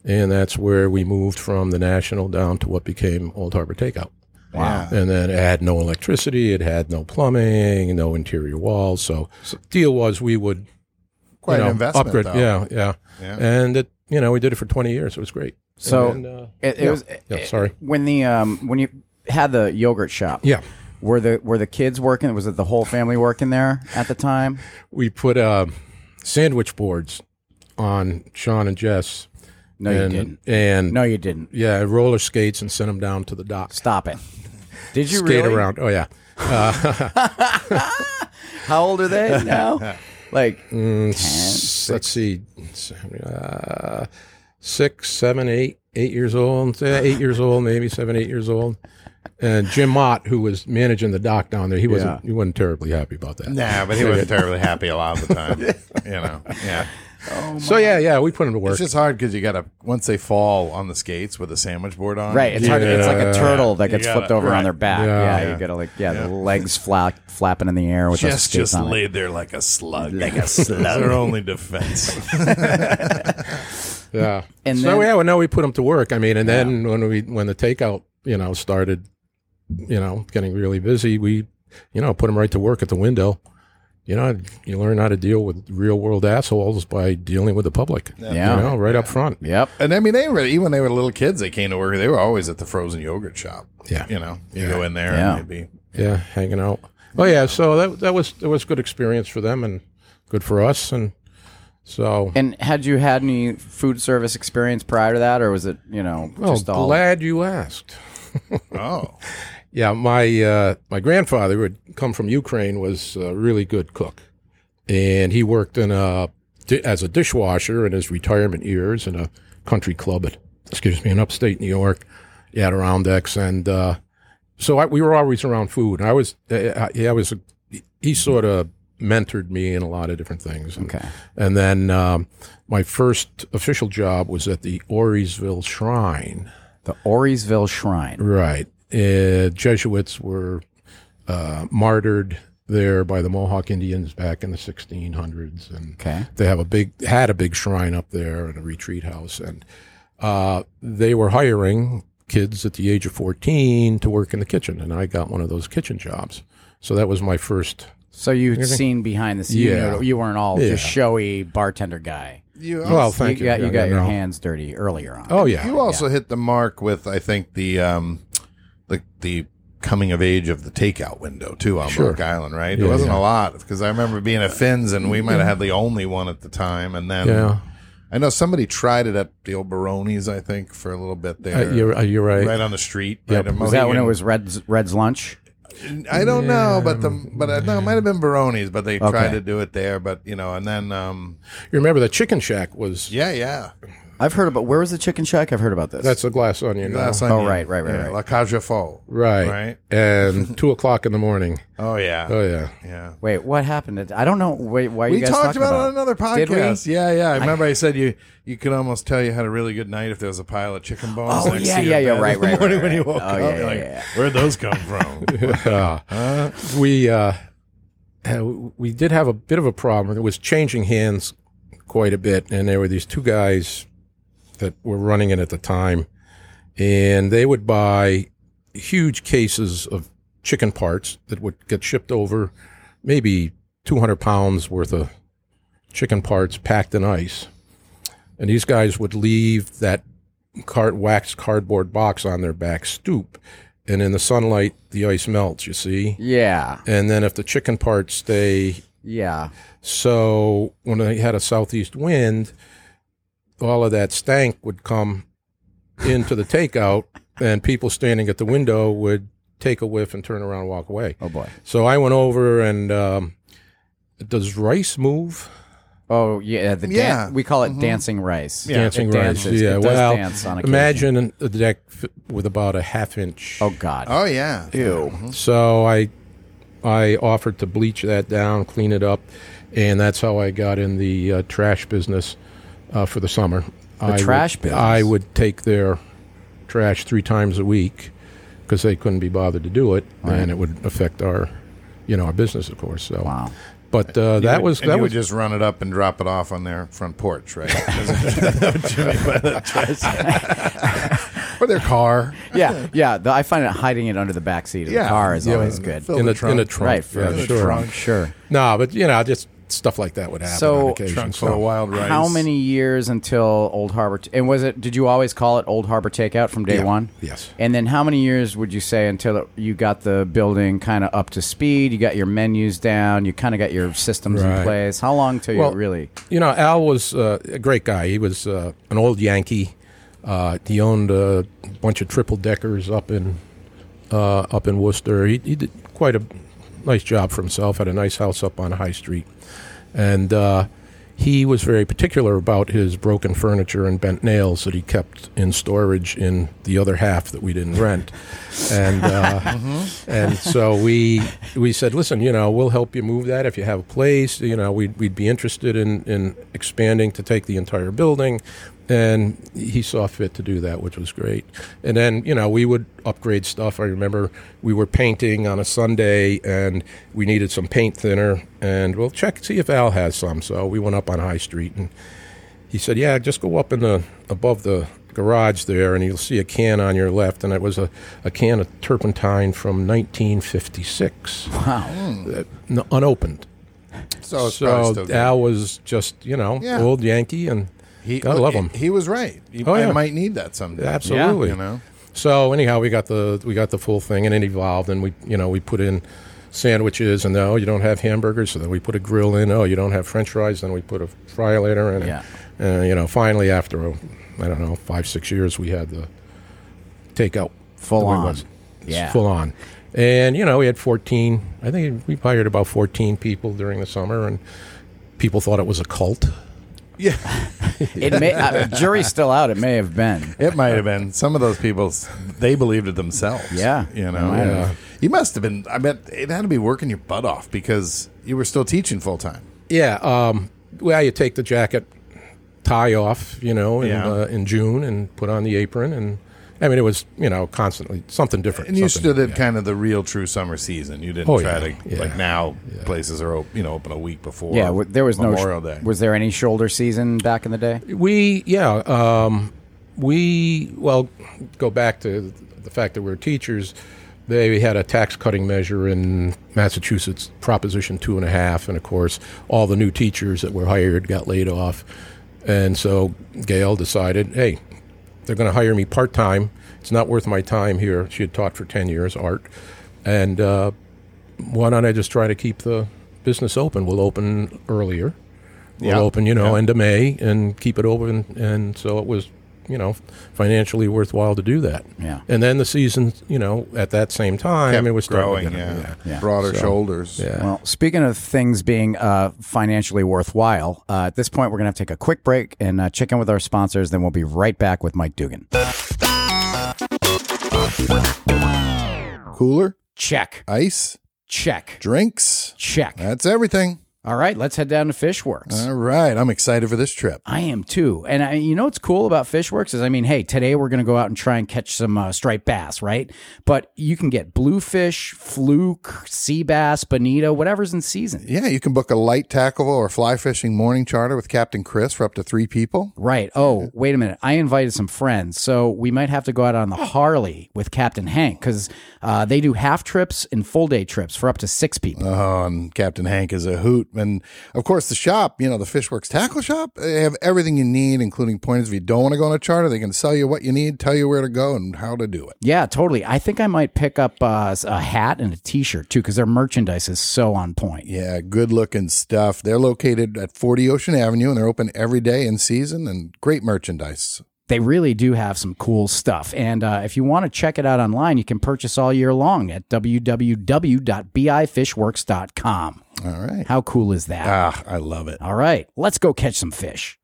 Speaker 4: And that's where we moved from the National down to what became Old Harbor Takeout.
Speaker 1: Wow.
Speaker 4: And then it had no electricity, it had no plumbing, no interior walls. So, deal was we would you
Speaker 1: Quite
Speaker 4: know,
Speaker 1: an investment.
Speaker 4: Upgrade.
Speaker 1: though.
Speaker 4: Yeah, yeah,
Speaker 1: Yeah.
Speaker 4: And it, you know, we did it for 20 years. It was great.
Speaker 2: So
Speaker 4: And, uh,
Speaker 2: it, it
Speaker 4: yeah.
Speaker 2: was
Speaker 4: Yeah, sorry.
Speaker 2: when the um when you had the yogurt shop.
Speaker 4: Yeah.
Speaker 2: Were the were the kids working? Was it the whole family working there at the time?
Speaker 4: We put uh, sandwich boards on Sean and Jess.
Speaker 2: No,
Speaker 4: and,
Speaker 2: you didn't.
Speaker 4: And
Speaker 2: No, you didn't.
Speaker 4: yeah, roller skates and sent them down to the dock.
Speaker 2: Stop it. Did you
Speaker 4: Skate
Speaker 2: really?
Speaker 4: around. Oh, yeah.
Speaker 2: How old are they now? like
Speaker 4: let let's see, seven, uh, six, seven, eight, eight years old, eh, eight years old, maybe seven, eight years old. And Jim Mott, who was managing the dock down there, he wasn't he wasn't terribly happy about that.
Speaker 1: Nah, but he wasn't terribly happy a lot of the time. you know. Yeah.
Speaker 4: So yeah, yeah, we put him to work.
Speaker 1: It's just hard because you got to once they fall on the skates with a sandwich board on.
Speaker 2: right, it's hard. It's like a turtle that gets
Speaker 1: gotta-
Speaker 2: flipped over
Speaker 1: right.
Speaker 2: on their back.
Speaker 4: Yeah.
Speaker 2: Yeah,
Speaker 1: Yeah.
Speaker 2: you gotta like yeah, the legs flap, flapping in the air with
Speaker 1: Jess
Speaker 2: the skates
Speaker 1: just
Speaker 2: on it.
Speaker 1: laid there like a slug. Like a slug. their only defense.
Speaker 4: yeah.
Speaker 2: And
Speaker 4: so
Speaker 2: then-
Speaker 4: yeah, well, no, we put him to work. I mean, and then when we when the takeout, you know, started, you know, getting really busy, we, you know, put him right to work at the window. You know, you learn how to deal with real world assholes by dealing with the public.
Speaker 2: Yeah.
Speaker 4: You know, right up front.
Speaker 2: Yep.
Speaker 1: And I mean, they were even when they were little kids. They came to work. They were always at the frozen yogurt shop.
Speaker 4: Yeah.
Speaker 1: you know, you go in there
Speaker 2: Yeah.
Speaker 1: and they'd be
Speaker 4: yeah, hanging out. Oh yeah, so that that was that was good experience for them and good for us. And so,
Speaker 2: And had you had any food service experience prior to that, or was it you know
Speaker 4: well,
Speaker 2: just all
Speaker 4: glad you asked.
Speaker 1: oh,
Speaker 4: Yeah, my uh, my grandfather, who had come from Ukraine, was a really good cook, and he worked in a di- as a dishwasher in his retirement years in a country club at excuse me in upstate New York, at Adirondacks, and uh, so I, we were always around food. I was uh, I, I was a, he sort of mentored me in a lot of different things. And,
Speaker 2: Okay.
Speaker 4: and then um, my first official job was at the Orysville Shrine.
Speaker 2: the Orysville Shrine?
Speaker 4: Right. Uh, Jesuits were uh, martyred there by the Mohawk Indians back in the 1600s, and
Speaker 2: Okay.
Speaker 4: they have a big had a big shrine up there and a retreat house, and uh, they were hiring kids at the age of 14 to work in the kitchen, and I got one of those kitchen jobs. So that was my first.
Speaker 2: So you'd seen behind the scenes.
Speaker 4: Yeah.
Speaker 2: You, know, you weren't all
Speaker 4: Yeah.
Speaker 2: just showy bartender guy.
Speaker 1: you
Speaker 4: Well, thank
Speaker 2: you
Speaker 4: you.
Speaker 2: got you
Speaker 4: Yeah,
Speaker 2: got your
Speaker 4: no.
Speaker 2: hands dirty earlier on.
Speaker 4: Oh yeah.
Speaker 1: you also hit the mark with I think the um the the coming of age of the takeout window too on
Speaker 4: Sure.
Speaker 1: Block Island, right?
Speaker 4: Yeah,
Speaker 1: there wasn't
Speaker 4: yeah.
Speaker 1: a lot because I remember being at Finn's and we might have had the only one at the time, and then
Speaker 4: yeah. Uh,
Speaker 1: I know somebody tried it at the old Baronies, I think, for a little bit
Speaker 4: Uh,
Speaker 1: there.
Speaker 4: you're, uh, you're right.
Speaker 1: Right on the street.
Speaker 4: Yep.
Speaker 1: right at
Speaker 2: was that when it
Speaker 1: Mohegan.
Speaker 2: was Red's Red's lunch?
Speaker 1: I don't know, but the but uh, no, it might have been Baroni's, but they
Speaker 2: Okay.
Speaker 1: tried to do it there. But you know, and then um,
Speaker 4: You remember the chicken shack was
Speaker 1: yeah, yeah,
Speaker 2: I've heard about where was the chicken shack? I've heard about this.
Speaker 4: That's a glass onion. now.
Speaker 1: Glass
Speaker 2: oh
Speaker 1: onion.
Speaker 2: right, right, right,
Speaker 1: Yeah,
Speaker 2: right.
Speaker 1: La Caja Fall.
Speaker 4: Right.
Speaker 1: Right.
Speaker 4: And two o'clock in the morning.
Speaker 1: Oh yeah.
Speaker 4: Oh yeah.
Speaker 1: yeah.
Speaker 2: Wait, what happened? I don't know. Wait, why
Speaker 1: We
Speaker 2: you guys
Speaker 1: talked
Speaker 2: talking
Speaker 1: about, it
Speaker 2: about
Speaker 1: on another
Speaker 2: Did we?
Speaker 1: podcast. Yeah, yeah. I remember I, said you you could almost tell you had a really good night if there was a pile of chicken bones.
Speaker 2: Oh,
Speaker 1: next
Speaker 2: yeah,
Speaker 1: to your
Speaker 2: yeah, yeah,
Speaker 1: bed
Speaker 2: right,
Speaker 1: in the
Speaker 2: right, right,
Speaker 1: morning when
Speaker 2: right.
Speaker 1: you woke
Speaker 2: Oh,
Speaker 1: up,
Speaker 2: yeah,
Speaker 1: you're
Speaker 2: yeah,
Speaker 1: like,
Speaker 2: yeah.
Speaker 1: where'd those come from?
Speaker 4: Uh,
Speaker 1: Huh?
Speaker 4: we uh, uh, we did have a bit of a problem. It was changing hands quite a bit, and there were these two guys that were running it at the time, and they would buy huge cases of chicken parts that would get shipped over, maybe 200 pounds worth of chicken parts packed in ice, and these guys would leave that cart waxed cardboard box on their back stoop. And in the sunlight, the ice melts, you see?
Speaker 2: Yeah,
Speaker 4: and then if the chicken parts stay
Speaker 2: yeah.
Speaker 4: so when they had a southeast wind all of that stank would come into the takeout and people standing at the window would take a whiff and turn around and walk away
Speaker 2: Oh boy.
Speaker 4: so i went over and um, does rice move
Speaker 2: Oh yeah. The dan-
Speaker 1: Yeah. Mm-hmm.
Speaker 2: we call it dancing rice.
Speaker 1: Yeah.
Speaker 4: dancing
Speaker 2: it
Speaker 4: rice
Speaker 2: dances.
Speaker 4: yeah
Speaker 2: It does
Speaker 4: well
Speaker 2: dance on occasion.
Speaker 4: imagine a deck f- with about a half inch
Speaker 2: Oh god.
Speaker 1: Oh yeah.
Speaker 2: Ew.
Speaker 4: So I I offered to bleach that down, clean it up, and that's how I got in the uh, trash business uh, for the summer. I would-
Speaker 2: trash business?
Speaker 4: I would take their trash three times a week because they couldn't be bothered to do it, and it would affect our you know our business, of course. So
Speaker 2: Wow.
Speaker 4: But uh, that was
Speaker 1: And
Speaker 4: that
Speaker 1: you would
Speaker 4: was
Speaker 1: just run it up and drop it off on their front porch, right? or their car.
Speaker 2: Yeah, yeah. The, I find it hiding it under the back seat of the
Speaker 1: Yeah.
Speaker 2: car is
Speaker 1: Yeah.
Speaker 2: always good.
Speaker 1: Fill
Speaker 4: in
Speaker 1: the
Speaker 4: the, in the
Speaker 1: trunk.
Speaker 4: trunk,
Speaker 2: Right. For
Speaker 4: yeah,
Speaker 1: the
Speaker 4: sure.
Speaker 1: trunk.
Speaker 2: Sure.
Speaker 4: No, but you know, just stuff like that would happen.
Speaker 2: So-
Speaker 4: on occasion,
Speaker 1: Trunk full
Speaker 4: so.
Speaker 1: of wild rice.
Speaker 2: How many years until Old Harbor? T- and was it? Did you always call it Old Harbor Takeout from day
Speaker 4: Yeah.
Speaker 2: one?
Speaker 4: Yes.
Speaker 2: And then how many years would you say until it, you got the building kind of up to speed? You got your menus down. You kind of got your systems in
Speaker 4: Right.
Speaker 2: place. How long till
Speaker 4: Well,
Speaker 2: you really?
Speaker 4: You know, Al was uh, a great guy. He was uh, an old Yankee. Uh, he owned a bunch of triple deckers up in uh, up in Worcester. He, he did quite a nice job for himself. Had a nice house up on High Street, and uh, he was very particular about his broken furniture and bent nails that he kept in storage in the other half that we didn't rent. And uh, and so we we said, listen, you know, we'll help you move that if you have a place. You know, we'd, we'd be interested in, in expanding to take the entire building. And he saw fit to do that, which was great. And then, you know, we would upgrade stuff. I remember we were painting on a Sunday and we needed some paint thinner. And we'll check, see if Al has some. So we went up on High Street and he said, "Yeah, just go up in the above the garage there, and you'll see a can on your left, and it was a, a can of turpentine from 1956,
Speaker 2: Wow.
Speaker 4: n- unopened.
Speaker 1: So, Oh, it's probably
Speaker 4: so
Speaker 1: still good.
Speaker 4: Al was just, you know,
Speaker 1: Yeah.
Speaker 4: old Yankee, and
Speaker 1: he,
Speaker 4: I love him.
Speaker 1: He, was right. You,
Speaker 4: Oh, yeah.
Speaker 1: I might need that someday.
Speaker 4: Absolutely.
Speaker 1: You know.
Speaker 4: So anyhow, we got the we got the full thing, and it evolved, and we you know we put in sandwiches, and no, you don't have hamburgers, so then we put a grill in. Oh, you don't have French fries, then we put a fryer later, and
Speaker 2: Yeah.
Speaker 4: uh, you know finally after I I don't know five six years, we had the takeout
Speaker 2: Full
Speaker 4: the way it
Speaker 2: on.
Speaker 4: was. It's
Speaker 2: Yeah.
Speaker 4: full on. And you know we had fourteen. I think we hired about fourteen people during the summer, and people thought it was a cult.
Speaker 1: Yeah.
Speaker 2: It may. Uh, jury's still out. It may have been.
Speaker 1: It might have been some of those people. They believed it themselves.
Speaker 2: Yeah.
Speaker 1: you know.
Speaker 2: Might have.
Speaker 1: Yeah. You must have been. I bet it had to be working your butt off because you were still teaching full time.
Speaker 4: Yeah. Um, well, you take the jacket tie off, you know, in,
Speaker 1: Yeah.
Speaker 4: uh, in June and put on the apron. And I mean, it was, you know, constantly something different.
Speaker 1: And you
Speaker 4: something-
Speaker 1: stood at kind of the real, true summer season. You didn't
Speaker 4: Oh,
Speaker 1: try
Speaker 4: yeah.
Speaker 1: to
Speaker 4: Yeah.
Speaker 1: like now places are op- you know open a week before.
Speaker 2: Yeah. w- There was no
Speaker 1: Memorial Day.
Speaker 2: Was there any shoulder season back in the day?
Speaker 4: We, yeah. Um, we, well, go back to the fact that we were teachers. They had a tax cutting measure in Massachusetts, Proposition Two and a Half, and of course, all the new teachers that were hired got laid off. And so Gail decided, hey, they're going to hire me part time. It's not worth my time here. She had taught for 10 years art. And uh, why don't I just try to keep the business open? We'll open earlier. We'll
Speaker 1: Yeah.
Speaker 4: open, you know,
Speaker 1: Yeah.
Speaker 4: end of May and keep it open. And so it was you know financially worthwhile to do that.
Speaker 2: Yeah.
Speaker 4: And then the season, you know, at that same time,
Speaker 1: Kept
Speaker 4: it was starting to
Speaker 1: growing.
Speaker 4: get-
Speaker 1: Yeah.
Speaker 2: Yeah.
Speaker 1: Broader
Speaker 4: So-
Speaker 1: shoulders.
Speaker 4: yeah.
Speaker 2: Well, speaking of things being uh, financially worthwhile, uh, at this point, we're going to have to take a quick break and uh, check in with our sponsors. Then we'll be right back with Mike Dugan.
Speaker 1: Cooler,
Speaker 2: Check,
Speaker 1: ice,
Speaker 2: check,
Speaker 1: drinks.
Speaker 2: check.
Speaker 1: That's everything.
Speaker 2: All right, let's head down to Fishworks.
Speaker 1: All right. I'm excited for this trip.
Speaker 2: I am too. And I, you know what's cool about Fishworks is, I mean, hey, today we're going to go out and try and catch some uh, striped bass, right? But you can get bluefish, fluke, sea bass, bonito, whatever's in season.
Speaker 1: Yeah, you can book a light tackle or fly fishing morning charter with Captain Chris for up to three people.
Speaker 2: Right. Oh, wait a minute. I invited some friends. So we might have to go out on the Harley with Captain Hank because uh, they do half trips and full day trips for up to six people.
Speaker 1: Oh, and Captain Hank is a hoot. And of course, the shop, you know, the Fishworks Tackle Shop, they have everything you need, including pointers. If you don't want to go on a charter, they can sell you what you need, tell you where to go, and how to do it.
Speaker 2: yeah, totally. I think I might pick up uh, a hat and a t shirt too because their merchandise is so on point.
Speaker 1: Yeah, good looking stuff. They're located at 40 Ocean Avenue and they're open every day in season and great merchandise.
Speaker 2: they really do have some cool stuff. And uh, if you want to check it out online, you can purchase all year long at www.bifishworks.com.
Speaker 1: All right.
Speaker 2: How cool is that?
Speaker 1: Ah, I love it.
Speaker 2: all right, let's go catch some fish.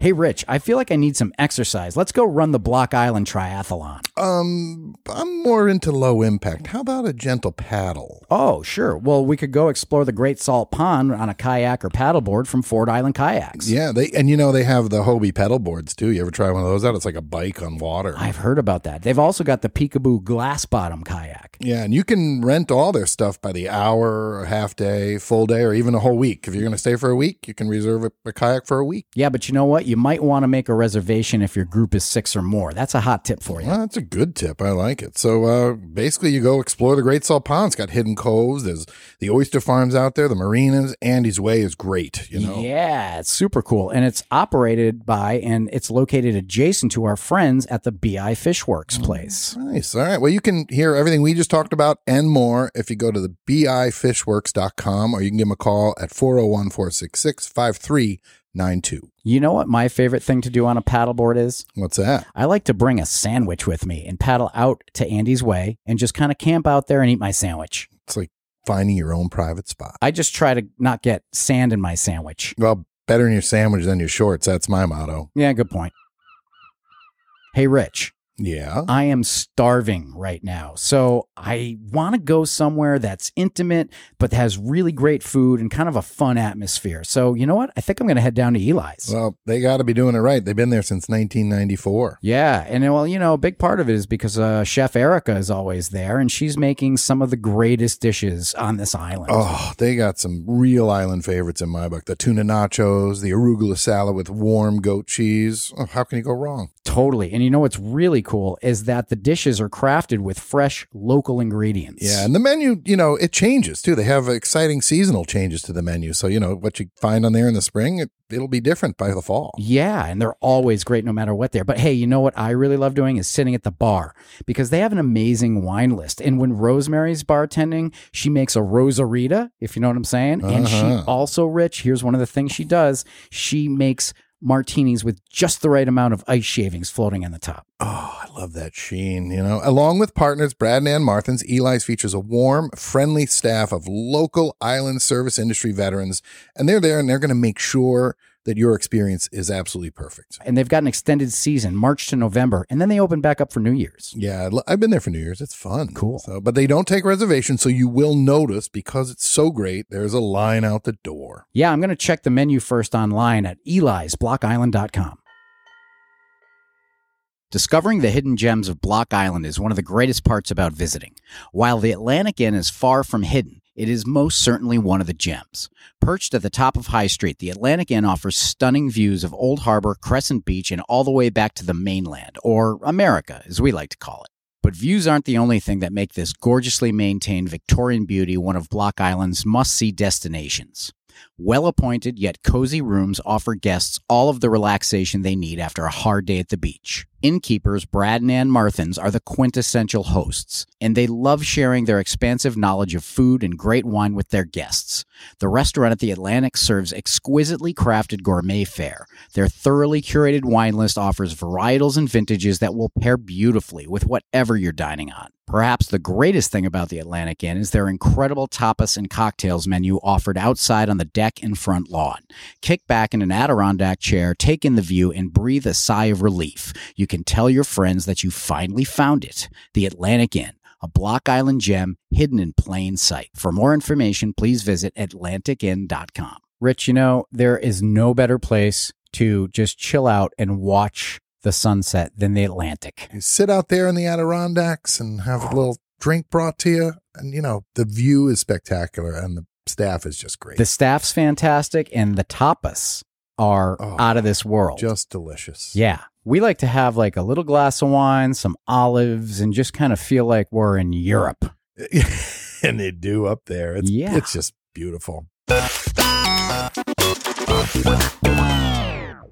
Speaker 2: Hey, Rich, I feel like I need some exercise. Let's go run the Block Island Triathlon.
Speaker 1: Um, I'm more into low impact. How about a gentle paddle?
Speaker 2: Oh, sure. Well, we could go explore the Great Salt Pond on a kayak or paddleboard from Ford Island Kayaks.
Speaker 1: Yeah, they and you know they have the Hobie pedal boards too. You ever try one of those out? It's like a bike on water.
Speaker 2: I've heard about that. They've also got the Peekaboo Glass Bottom Kayak.
Speaker 1: Yeah, and you can rent all their stuff by the hour, or half day, full day, or even a whole week. If you're going to stay for a week, you can reserve a, a kayak for a week.
Speaker 2: Yeah, but you know what? You might want to make a reservation if your group is six or more. That's a hot tip for you.
Speaker 1: Well, that's a good tip. I like it. So uh, basically, you go explore the Great Salt Pond. It's got hidden coves. There's the oyster farms out there, the marinas. Andy's Way is great. You know,
Speaker 2: Yeah, it's super cool. And it's operated by and it's located adjacent to our friends at the BI
Speaker 1: Mm-hmm.
Speaker 2: Fishworks place.
Speaker 1: nice. All right. Well, you can hear everything we just talked about and more if you go to the bifishworks.com or you can give them a call at 401 466 5392.
Speaker 2: You know what my favorite thing to do on a paddleboard is?
Speaker 1: What's that?
Speaker 2: I like to bring a sandwich with me and paddle out to Andy's Way and just kind of camp out there and eat my sandwich.
Speaker 1: It's like finding your own private spot.
Speaker 2: I just try to not get sand in my sandwich.
Speaker 1: Well, better in your sandwich than your shorts. That's my motto.
Speaker 2: Yeah, good point. Hey, Rich.
Speaker 1: Yeah.
Speaker 2: I am starving right now. So I want to go somewhere that's intimate, but has really great food and kind of a fun atmosphere. So you know what? I think I'm going to head down to Eli's.
Speaker 1: Well, they got to be doing it right. They've been there since 1994.
Speaker 2: yeah. And well, you know, a big part of it is because uh, Chef Erica is always there and she's making some of the greatest dishes on this island.
Speaker 1: Oh, they got some real island favorites in my book. The tuna nachos, the arugula salad with warm goat cheese. Oh, how can you go wrong?
Speaker 2: Totally. And you know what's really cool is that the dishes are crafted with fresh local ingredients.
Speaker 1: Yeah, and the menu, you know, it changes too. They have exciting seasonal changes to the menu. So, you know, what you find on there in the spring, it, it'll be different by the fall.
Speaker 2: Yeah, and they're always great no matter what they're. But hey, you know what I really love doing is sitting at the bar because they have an amazing wine list. And when Rosemary's bartending, she makes a Rosarita, if you know what I'm saying. And she
Speaker 1: Uh-huh.
Speaker 2: also, Rich, here's one of the things she does she makes martinis with just the right amount of ice shavings floating on the top.
Speaker 1: Oh, I love that sheen, you know. Along with partners Brad and Ann Martins, Eli's features a warm, friendly staff of local island service industry veterans, and they're there and they're going to make sure that your experience is absolutely perfect.
Speaker 2: And they've got an extended season, March to November, and then they open back up for New Year's.
Speaker 1: Yeah, I lo- I've been there for New Year's. It's fun.
Speaker 2: Cool.
Speaker 1: So, but they don't take reservations, so you will notice because it's so great, there's a line out the door.
Speaker 2: Yeah, I'm going to check the menu first online at elisblockisland.com. Discovering the hidden gems of Block Island is one of the greatest parts about visiting. While the Atlantic Inn is far from hidden, it is most certainly one of the gems. Perched at the top of High Street, the Atlantic Inn offers stunning views of Old Harbor, Crescent Beach, and all the way back to the mainland, or America, as we like to call it. But views aren't the only thing that make this gorgeously maintained Victorian beauty one of Block Island's must see destinations. Well appointed yet cozy rooms offer guests all of the relaxation they need after a hard day at the beach. Innkeepers Brad and Ann Marthins are the quintessential hosts, and they love sharing their expansive knowledge of food and great wine with their guests. The restaurant at the Atlantic serves exquisitely crafted gourmet fare. Their thoroughly curated wine list offers varietals and vintages that will pair beautifully with whatever you're dining on. Perhaps the greatest thing about the Atlantic Inn is their incredible tapas and cocktails menu offered outside on the deck and front lawn. Kick back in an Adirondack chair, take in the view, and breathe a sigh of relief. You can tell your friends that you finally found it. The Atlantic Inn, a Block Island gem hidden in plain sight. For more information, please visit AtlanticInn.com. Rich, you know, there is no better place to just chill out and watch the sunset than the Atlantic.
Speaker 1: You sit out there in the Adirondacks and have a little drink brought to you. And, you know, the view is spectacular and the staff is just great.
Speaker 2: The staff's fantastic, and the tapas are
Speaker 1: Oh,
Speaker 2: out of this world.
Speaker 1: just delicious.
Speaker 2: yeah. We like to have like a little glass of wine, some olives, and just kind of feel like we're in Europe.
Speaker 1: and they do up there. It's,
Speaker 2: Yeah.
Speaker 1: it's just beautiful.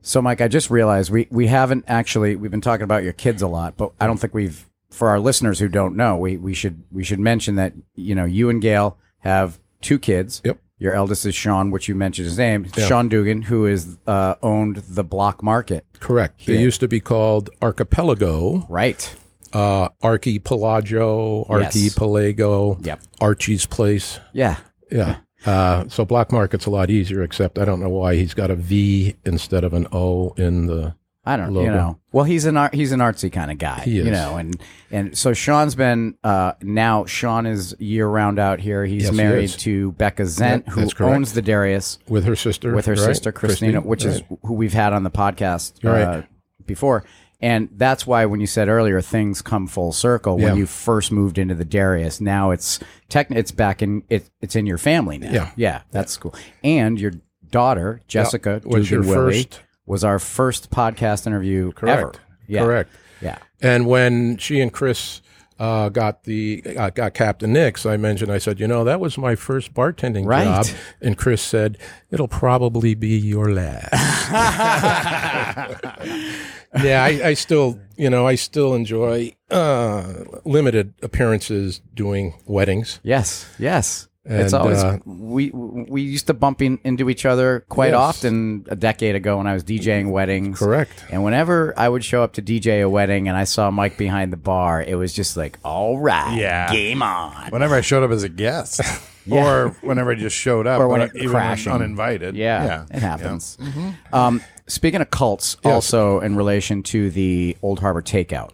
Speaker 2: So, Mike, I just realized we, we haven't actually we've been talking about your kids a lot, but I don't think we've for our listeners who don't know, we, we should we should mention that you know you and Gail have two kids.
Speaker 4: Yep.
Speaker 2: Your eldest is Sean, which you mentioned his name, Sean Dugan, who is uh, owned the Block Market.
Speaker 4: Correct. They used to be called Archipelago,
Speaker 2: Right.
Speaker 4: uh, Archipelago, Archipelago,
Speaker 2: Yep.
Speaker 4: Archie's Place.
Speaker 2: Yeah.
Speaker 4: Yeah. Uh, so Black Market's a lot easier, except I don't know why he's got a V instead of an O in the.
Speaker 2: I don't you
Speaker 4: Logo.
Speaker 2: know. Well, he's an art, he's an artsy kind of guy,
Speaker 4: He
Speaker 2: you
Speaker 4: is.
Speaker 2: know, and and so Sean's been uh, now Sean is year round out here. He's
Speaker 4: Yes, he
Speaker 2: married
Speaker 4: is.
Speaker 2: to Becca Zent,
Speaker 4: Yeah,
Speaker 2: who
Speaker 4: that's correct.
Speaker 2: owns the Darius
Speaker 4: With her sister,
Speaker 2: with her
Speaker 4: right?
Speaker 2: sister Christina, which is
Speaker 4: right.
Speaker 2: who we've had on the podcast uh,
Speaker 4: Right.
Speaker 2: before. And that's why when you said earlier, things come full circle.
Speaker 4: Yeah.
Speaker 2: When you first moved into the Darius, now it's tech, it's back in it, it's in your family now.
Speaker 4: Yeah.
Speaker 2: yeah, that's cool. And your daughter Jessica
Speaker 4: was your
Speaker 2: Dugan Willie,
Speaker 4: first-
Speaker 2: was our first podcast interview ever.
Speaker 4: correct,
Speaker 2: Yeah.
Speaker 4: correct.
Speaker 2: Yeah.
Speaker 4: And when she and Chris uh, got the uh, got Captain Nick's, I mentioned I said, you know, that was my first bartending
Speaker 2: Right.
Speaker 4: job, and Chris said, it'll probably be your last. yeah, I, I still, you know, I still enjoy uh, limited appearances doing weddings.
Speaker 2: Yes. Yes. it's
Speaker 4: And,
Speaker 2: always
Speaker 4: uh,
Speaker 2: we we used to bump in, into each other quite
Speaker 4: Yes.
Speaker 2: often a decade ago when I was DJing weddings.
Speaker 4: Correct.
Speaker 2: And whenever I would show up to DJ a wedding and I saw Mike behind the bar, it was just like, all right,
Speaker 1: Yeah.
Speaker 2: game on.
Speaker 1: Whenever I showed up as a guest, or whenever I just showed up,
Speaker 2: Or when
Speaker 1: uh,
Speaker 2: it-
Speaker 1: even
Speaker 2: crashing.
Speaker 1: uninvited.
Speaker 2: Yeah, it happens. Um, speaking of cults,
Speaker 4: Yes.
Speaker 2: also in relation to the Old Harbor Takeout,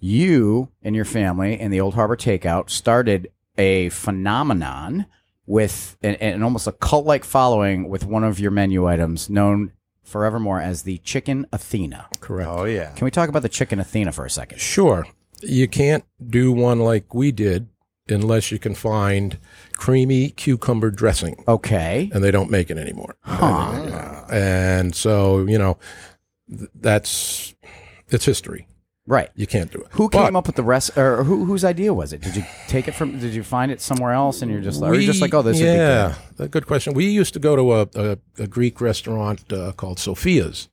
Speaker 2: you and your family and the Old Harbor Takeout started a phenomenon with an, an almost a cult like following with one of your menu items known forevermore as the Chicken Athena.
Speaker 4: Correct.
Speaker 1: Oh yeah.
Speaker 2: Can we talk about the Chicken Athena for a second?
Speaker 4: Sure. You can't do one like we did unless you can find creamy cucumber dressing,
Speaker 2: Okay.
Speaker 4: and they don't make it anymore. Yeah. And so, you know, th- that's it's history.
Speaker 2: Right.
Speaker 4: You can't do it.
Speaker 2: Who
Speaker 4: But
Speaker 2: came up with the rest, or who, whose idea was it? Did you take it from? Did you find it somewhere else, and you're just like, or you're just like, oh, this would be good.
Speaker 4: yeah, a good question. We used to go to a, a, a Greek restaurant uh, called Sophia's.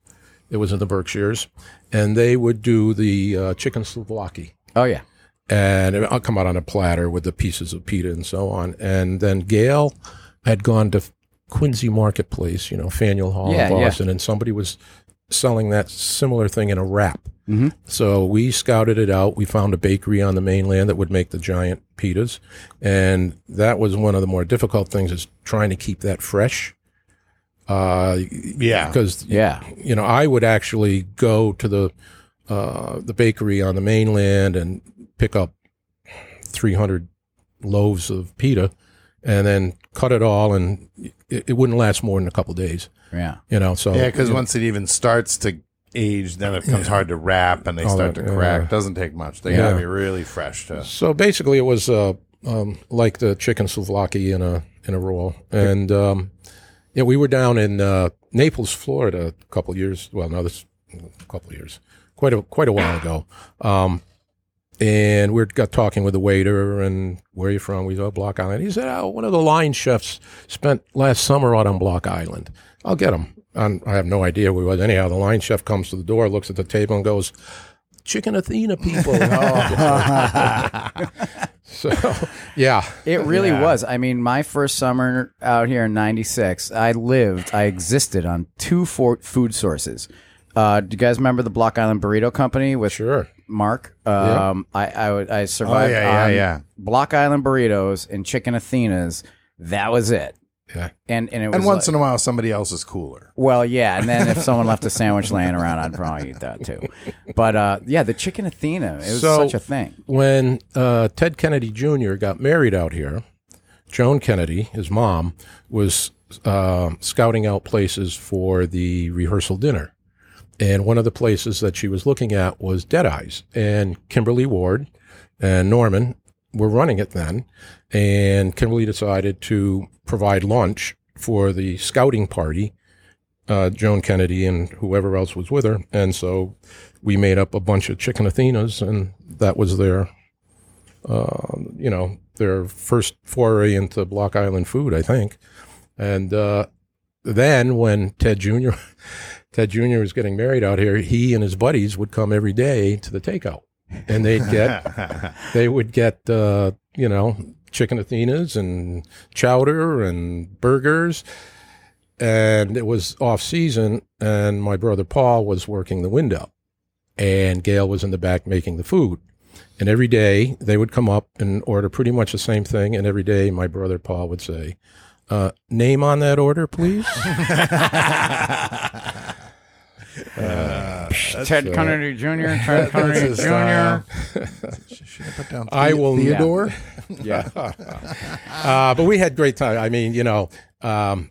Speaker 4: It was in the Berkshires, and they would do the uh, chicken souvlaki.
Speaker 2: Oh yeah,
Speaker 4: and it- I'll come out on a platter with the pieces of pita and so on. And then Gail had gone to Quincy Marketplace, you know, Faneuil Hall
Speaker 2: Yeah,
Speaker 4: in
Speaker 2: yeah.
Speaker 4: Boston, and somebody was selling that similar thing in a wrap.
Speaker 2: Mm-hmm.
Speaker 4: So we scouted it out. We found a bakery on the mainland that would make the giant pitas, and that was one of the more difficult things is trying to keep that fresh. Uh,
Speaker 1: Yeah.
Speaker 4: because
Speaker 2: yeah.
Speaker 4: you know, I would actually go to the uh, the bakery on the mainland and pick up 300 loaves of pita, and then cut it all, and it, it wouldn't last more than a couple days.
Speaker 2: Yeah.
Speaker 4: You know, so
Speaker 1: Yeah, because once it even starts to age, then it becomes hard to wrap, and they
Speaker 4: All
Speaker 1: start
Speaker 4: that,
Speaker 1: to crack.
Speaker 4: yeah.
Speaker 1: Doesn't take much. They
Speaker 4: Yeah.
Speaker 1: gotta be really fresh to.
Speaker 4: so basically, it was uh, um, like the chicken souvlaki in a in a roll, and um, yeah, we were down in uh, Naples, Florida, a couple years. Well, no, this a couple years, quite a quite a while ago. Um, and we got talking with the waiter and where are you from? We said Block Island. He said, oh, one of the line chefs spent last summer out on Block Island. I'll get him. And I have no idea who he was. Anyhow, the line chef comes to the door, looks at the table, and goes,
Speaker 5: chicken Athena people.
Speaker 4: Oh, So, yeah,
Speaker 2: It really was. I mean, my first summer out here in '96, I lived, I existed on two for- food sources. Uh, do you guys remember the Block Island Burrito Company with
Speaker 4: sure.
Speaker 2: Mark? Um, I I would- I survived
Speaker 1: Oh, yeah, yeah,
Speaker 2: on
Speaker 1: yeah.
Speaker 2: Block Island burritos and chicken Athenas. That was it.
Speaker 4: Yeah.
Speaker 2: And and it was
Speaker 1: And once in
Speaker 2: like-
Speaker 1: a while, somebody else is cooler.
Speaker 2: well, yeah, and then if someone left a sandwich laying around, I'd probably eat that too. But uh, yeah, the chicken Athena, it was
Speaker 5: So-
Speaker 2: such a thing.
Speaker 5: when
Speaker 4: uh, Ted Kennedy Jr. got married out here, Joan Kennedy, his mom, was uh, scouting out places for the rehearsal dinner. And one of the places that she was looking at was Deadeye's. And Kimberly Ward and Norman were running it then. And Kimberly decided to provide lunch for the scouting party, uh, Joan Kennedy and whoever else was with her. And so we made up a bunch of chicken Athenas, and that was their uh, you know their first foray into Block Island food, I think. And uh, then when Ted Jr. Ted Jr. was getting married out here, he and his buddies would come every day to the takeout, and they'd get they would get uh, you know chicken Athenas and chowder and burgers. And it was off season, and my brother Paul was working the window, and Gail was in the back making the food. And every day they would come up and order pretty much the same thing. And every day my brother Paul would say, uh, "Name on that order, please."
Speaker 2: Ted Kennedy Jr., Ted Kennedy
Speaker 1: his style. Should I put down
Speaker 4: I will-
Speaker 1: Theodore?
Speaker 2: Yeah.
Speaker 4: uh, but we had great time. I mean, you know, um,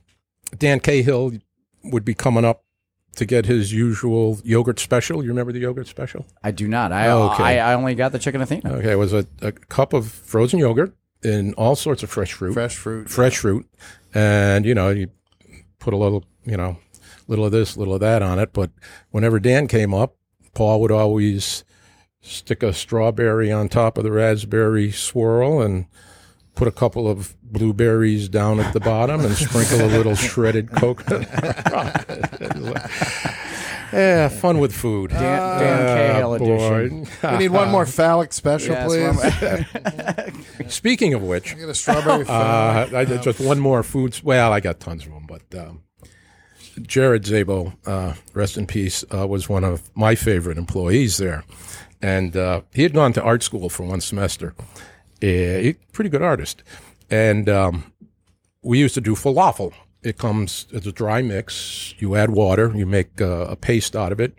Speaker 4: Dan Cahill would be coming up to get his usual yogurt special. You remember the yogurt special?
Speaker 2: I do not. I,
Speaker 4: Okay. Ah,
Speaker 2: I I only got the chicken Athena.
Speaker 4: Okay, it was a, a cup of frozen yogurt and all sorts of fresh fruit.
Speaker 1: Fresh fruit.
Speaker 4: fresh fruit, and you know you put a little, you know, little of this, little of that on it. But whenever Dan came up, Paul would always stick a strawberry on top of the raspberry swirl and put a couple of blueberries down at the bottom and sprinkle a little shredded coconut. yeah, fun with food. Ah,
Speaker 2: Dan, Dan Cahill edition.
Speaker 1: We need one more phallic special,
Speaker 2: Yeah,
Speaker 1: please.
Speaker 2: it's
Speaker 1: I
Speaker 4: Speaking of which,
Speaker 1: get a strawberry phallic.
Speaker 4: Uh, I did just one more food. Well, I got tons of them, but um, Jared Zabel, uh, rest in peace, uh, was one of my favorite employees there, and uh, he had gone to art school for one semester. Eh, he- pretty good artist, and um, we used to do falafel. It comes it's a dry mix. You add water, you make uh, a paste out of it,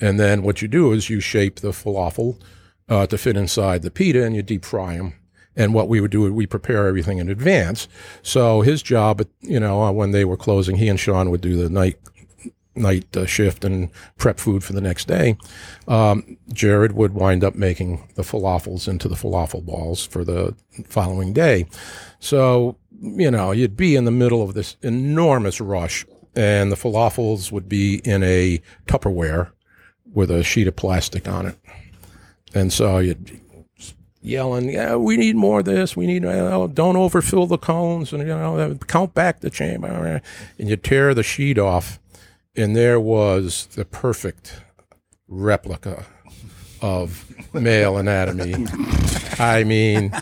Speaker 4: and then what you do is you shape the falafel uh, to fit inside the pita, and you deep fry them. And what we would do is we prepare everything in advance. So his job, you know, uh, when they were closing, he and Sean would do the night night uh, shift and prep food for the next day. Um, Jared would wind up making the falafels into the falafel balls for the following day. So, you know, you'd be in the middle of this enormous rush, and the falafels would be in a Tupperware with a sheet of plastic on it. And so you'd be yelling, "Yeah, we need more of this. We need oh, don't overfill the cones, and you know, uh, count back the chamber." And you tear the sheet off, and there was the perfect replica of male anatomy. I mean,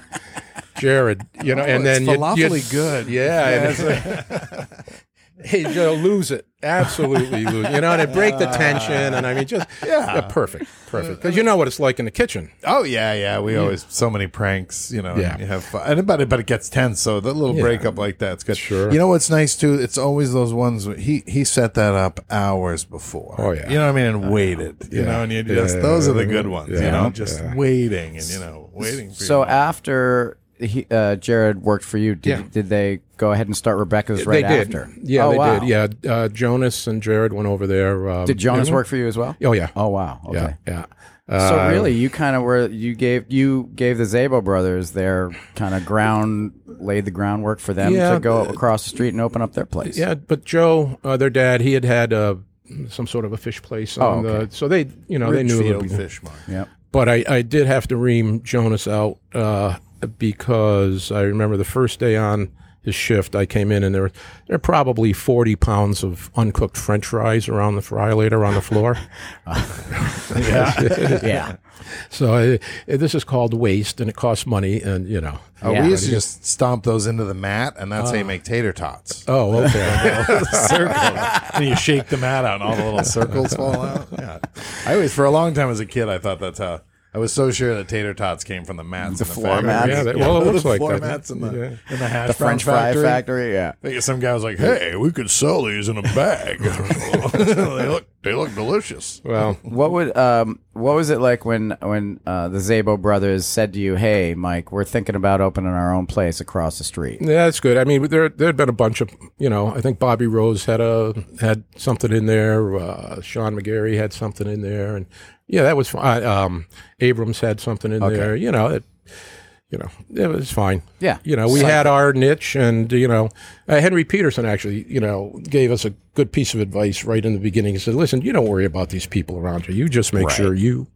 Speaker 4: Jared, you know, and then
Speaker 1: it's
Speaker 4: you'd-
Speaker 1: falafely good.
Speaker 4: yeah. and it's- Hey, Joe, lose it. Absolutely lose it. You know, and it break the tension. And I mean, just yeah, perfect, perfect. Because you know what it's like in the kitchen.
Speaker 1: Oh yeah, yeah. We always so many pranks, you know.
Speaker 4: Yeah.
Speaker 1: And you have fun, and but it, but it gets tense. So the little breakup like that's good.
Speaker 4: Sure.
Speaker 1: You know what's nice too? It's always those ones. where He he set that up hours before.
Speaker 4: Oh, yeah.
Speaker 1: You know what I mean? And waited. You
Speaker 4: Yeah.
Speaker 1: know, and you
Speaker 4: Yeah,
Speaker 1: just
Speaker 4: yeah,
Speaker 1: those
Speaker 4: yeah.
Speaker 1: are the good ones. You
Speaker 4: Yeah.
Speaker 1: know, just
Speaker 4: Yeah.
Speaker 1: waiting and you know waiting. For
Speaker 2: So
Speaker 1: you.
Speaker 2: after he, uh, Jared worked for you, did,
Speaker 4: Yeah.
Speaker 2: did they go ahead and start Rebecca's right
Speaker 4: they did.
Speaker 2: after?
Speaker 4: Yeah,
Speaker 2: Oh,
Speaker 4: they
Speaker 2: wow.
Speaker 4: did. Yeah, uh, Jonas and Jared went over there. Um,
Speaker 2: Did Jonas
Speaker 4: and-
Speaker 2: work for you as well?
Speaker 4: Oh yeah.
Speaker 2: Oh wow. Okay.
Speaker 4: yeah, Uh, yeah.
Speaker 2: So really, you kind of were you gave you gave the Zabo brothers their kind of ground laid the groundwork for them
Speaker 4: Yeah,
Speaker 2: to go
Speaker 4: the-
Speaker 2: across the street and open up their place.
Speaker 4: Yeah, but Joe, uh, their dad, he had had uh, some sort of a fish place.
Speaker 2: Oh,
Speaker 4: On the, so they, you know, they knew a little
Speaker 1: Ridgefield
Speaker 4: bit.
Speaker 1: fish market.
Speaker 2: Yep.
Speaker 4: but I, I did have to ream Jonas out uh, because I remember the first day on, his shift, I came in and there were, there were probably 40 pounds of uncooked french fries around the fry later on the floor.
Speaker 2: yeah.
Speaker 4: so uh, this is called waste and it costs money and, you know.
Speaker 1: Uh,
Speaker 2: Yeah.
Speaker 1: we used to just stomp those into the mat, and that's how
Speaker 4: Ah.
Speaker 1: you make tater tots.
Speaker 4: Oh, okay.
Speaker 1: circles. and you shake the mat out, and all the little circles fall out. Yeah. I always, for a long time as a kid, I thought that's how. I was so sure that tater tots came from the mats, the, in the
Speaker 2: floor
Speaker 1: factory.
Speaker 2: mats.
Speaker 4: Yeah, they- well, it
Speaker 1: the
Speaker 4: looks like
Speaker 1: floor
Speaker 4: that.
Speaker 1: mats and the,
Speaker 4: Yeah.
Speaker 1: and the hash
Speaker 2: The
Speaker 1: brown
Speaker 2: French fry
Speaker 1: factory.
Speaker 2: factory. Yeah.
Speaker 1: I think Some guy was like, "Hey, we could sell these in a bag. they look, they look delicious."
Speaker 4: well,
Speaker 2: What would um what was it like when when uh, the Zabo brothers said to you, "Hey, Mike, we're thinking about opening our own place across the street."
Speaker 4: Yeah, that's good. I mean, there there had been a bunch of you know. I think Bobby Rose had a had something in there. Uh, Sean McGarry had something in there, and yeah, that was fine. Um, Abrams had something in there. You know, it you know it was fine.
Speaker 2: Yeah.
Speaker 4: you know, we had our niche, and you know, uh, Henry Peterson actually you know gave us a good piece of advice right in the beginning. He said, "Listen, you don't worry about these people around you. You just make sure you."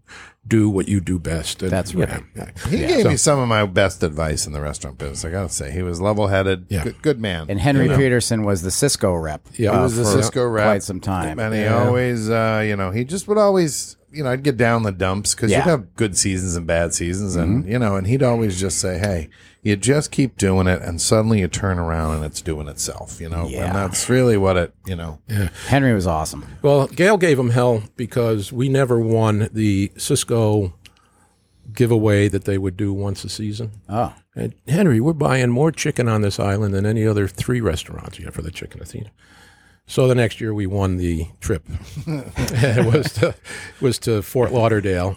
Speaker 4: Do what you do best. And,
Speaker 2: That's
Speaker 4: you
Speaker 2: right.
Speaker 4: know,
Speaker 1: He gave me some of my best advice in the restaurant business. I gotta say, he was level-headed,
Speaker 4: Yeah.
Speaker 1: good, good man.
Speaker 2: And Henry Peterson was the Cisco rep.
Speaker 4: Yeah.
Speaker 2: uh,
Speaker 4: He
Speaker 1: was the
Speaker 2: for
Speaker 1: Cisco rep.
Speaker 2: quite some time.
Speaker 1: And he always, uh, you know, he just would always, you know, I'd get down the dumps because
Speaker 2: Yeah.
Speaker 1: you'd have good seasons and bad seasons. And, you know, and he'd always just say, hey, you just keep doing it. And suddenly you turn around and it's doing itself, you know?
Speaker 2: Yeah.
Speaker 1: And that's really what it, you know.
Speaker 2: Henry was awesome.
Speaker 4: Well, Gail gave him hell because we never won the Cisco giveaway that they would do once a season.
Speaker 2: Oh,
Speaker 4: And Henry, we're buying more chicken on this island than any other three restaurants you know, for the chicken Athena. So the next year we won the trip. it was to, was to Fort Lauderdale,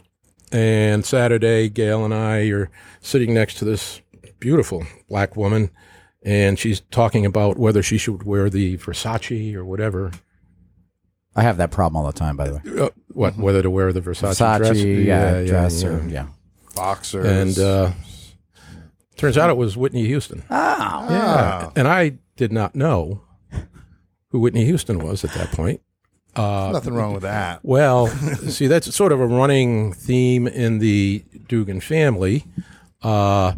Speaker 4: and Saturday Gail and I are sitting next to this beautiful black woman, and she's talking about whether she should wear the Versace or whatever
Speaker 2: I have that problem all the time, by the way.
Speaker 4: uh, what whether to wear the Versace,
Speaker 2: Mm-hmm. Versace,
Speaker 4: dress,
Speaker 2: yeah, dress, or yeah.
Speaker 1: Boxers.
Speaker 4: and uh, turns out it was Whitney Houston.
Speaker 2: Oh,
Speaker 1: yeah.
Speaker 4: and I did not know who Whitney Houston was at that point.
Speaker 1: Nothing wrong with that.
Speaker 4: Well, see, that's sort of a running theme in the Dugan family. Uh,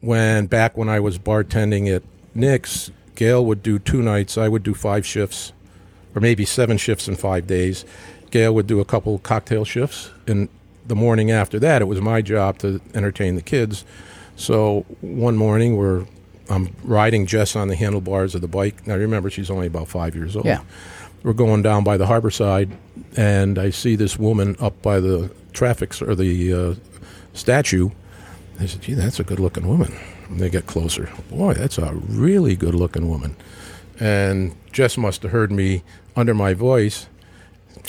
Speaker 4: when back when I was bartending at Nick's, Gail would do two nights. I would do five shifts, or maybe seven shifts in five days. Gail would do a couple cocktail shifts, and the morning after that, it was my job to entertain the kids. So one morning, we're I'm riding Jess on the handlebars of the bike. Now remember, she's only about five years old
Speaker 2: yeah.
Speaker 4: we're going down by the harbor side, and I see this woman up by the traffic s- or the uh, statue. I said, "Gee, that's a good-looking woman." And they get closer. Boy, that's a really good-looking woman. And Jess must have heard me under my voice.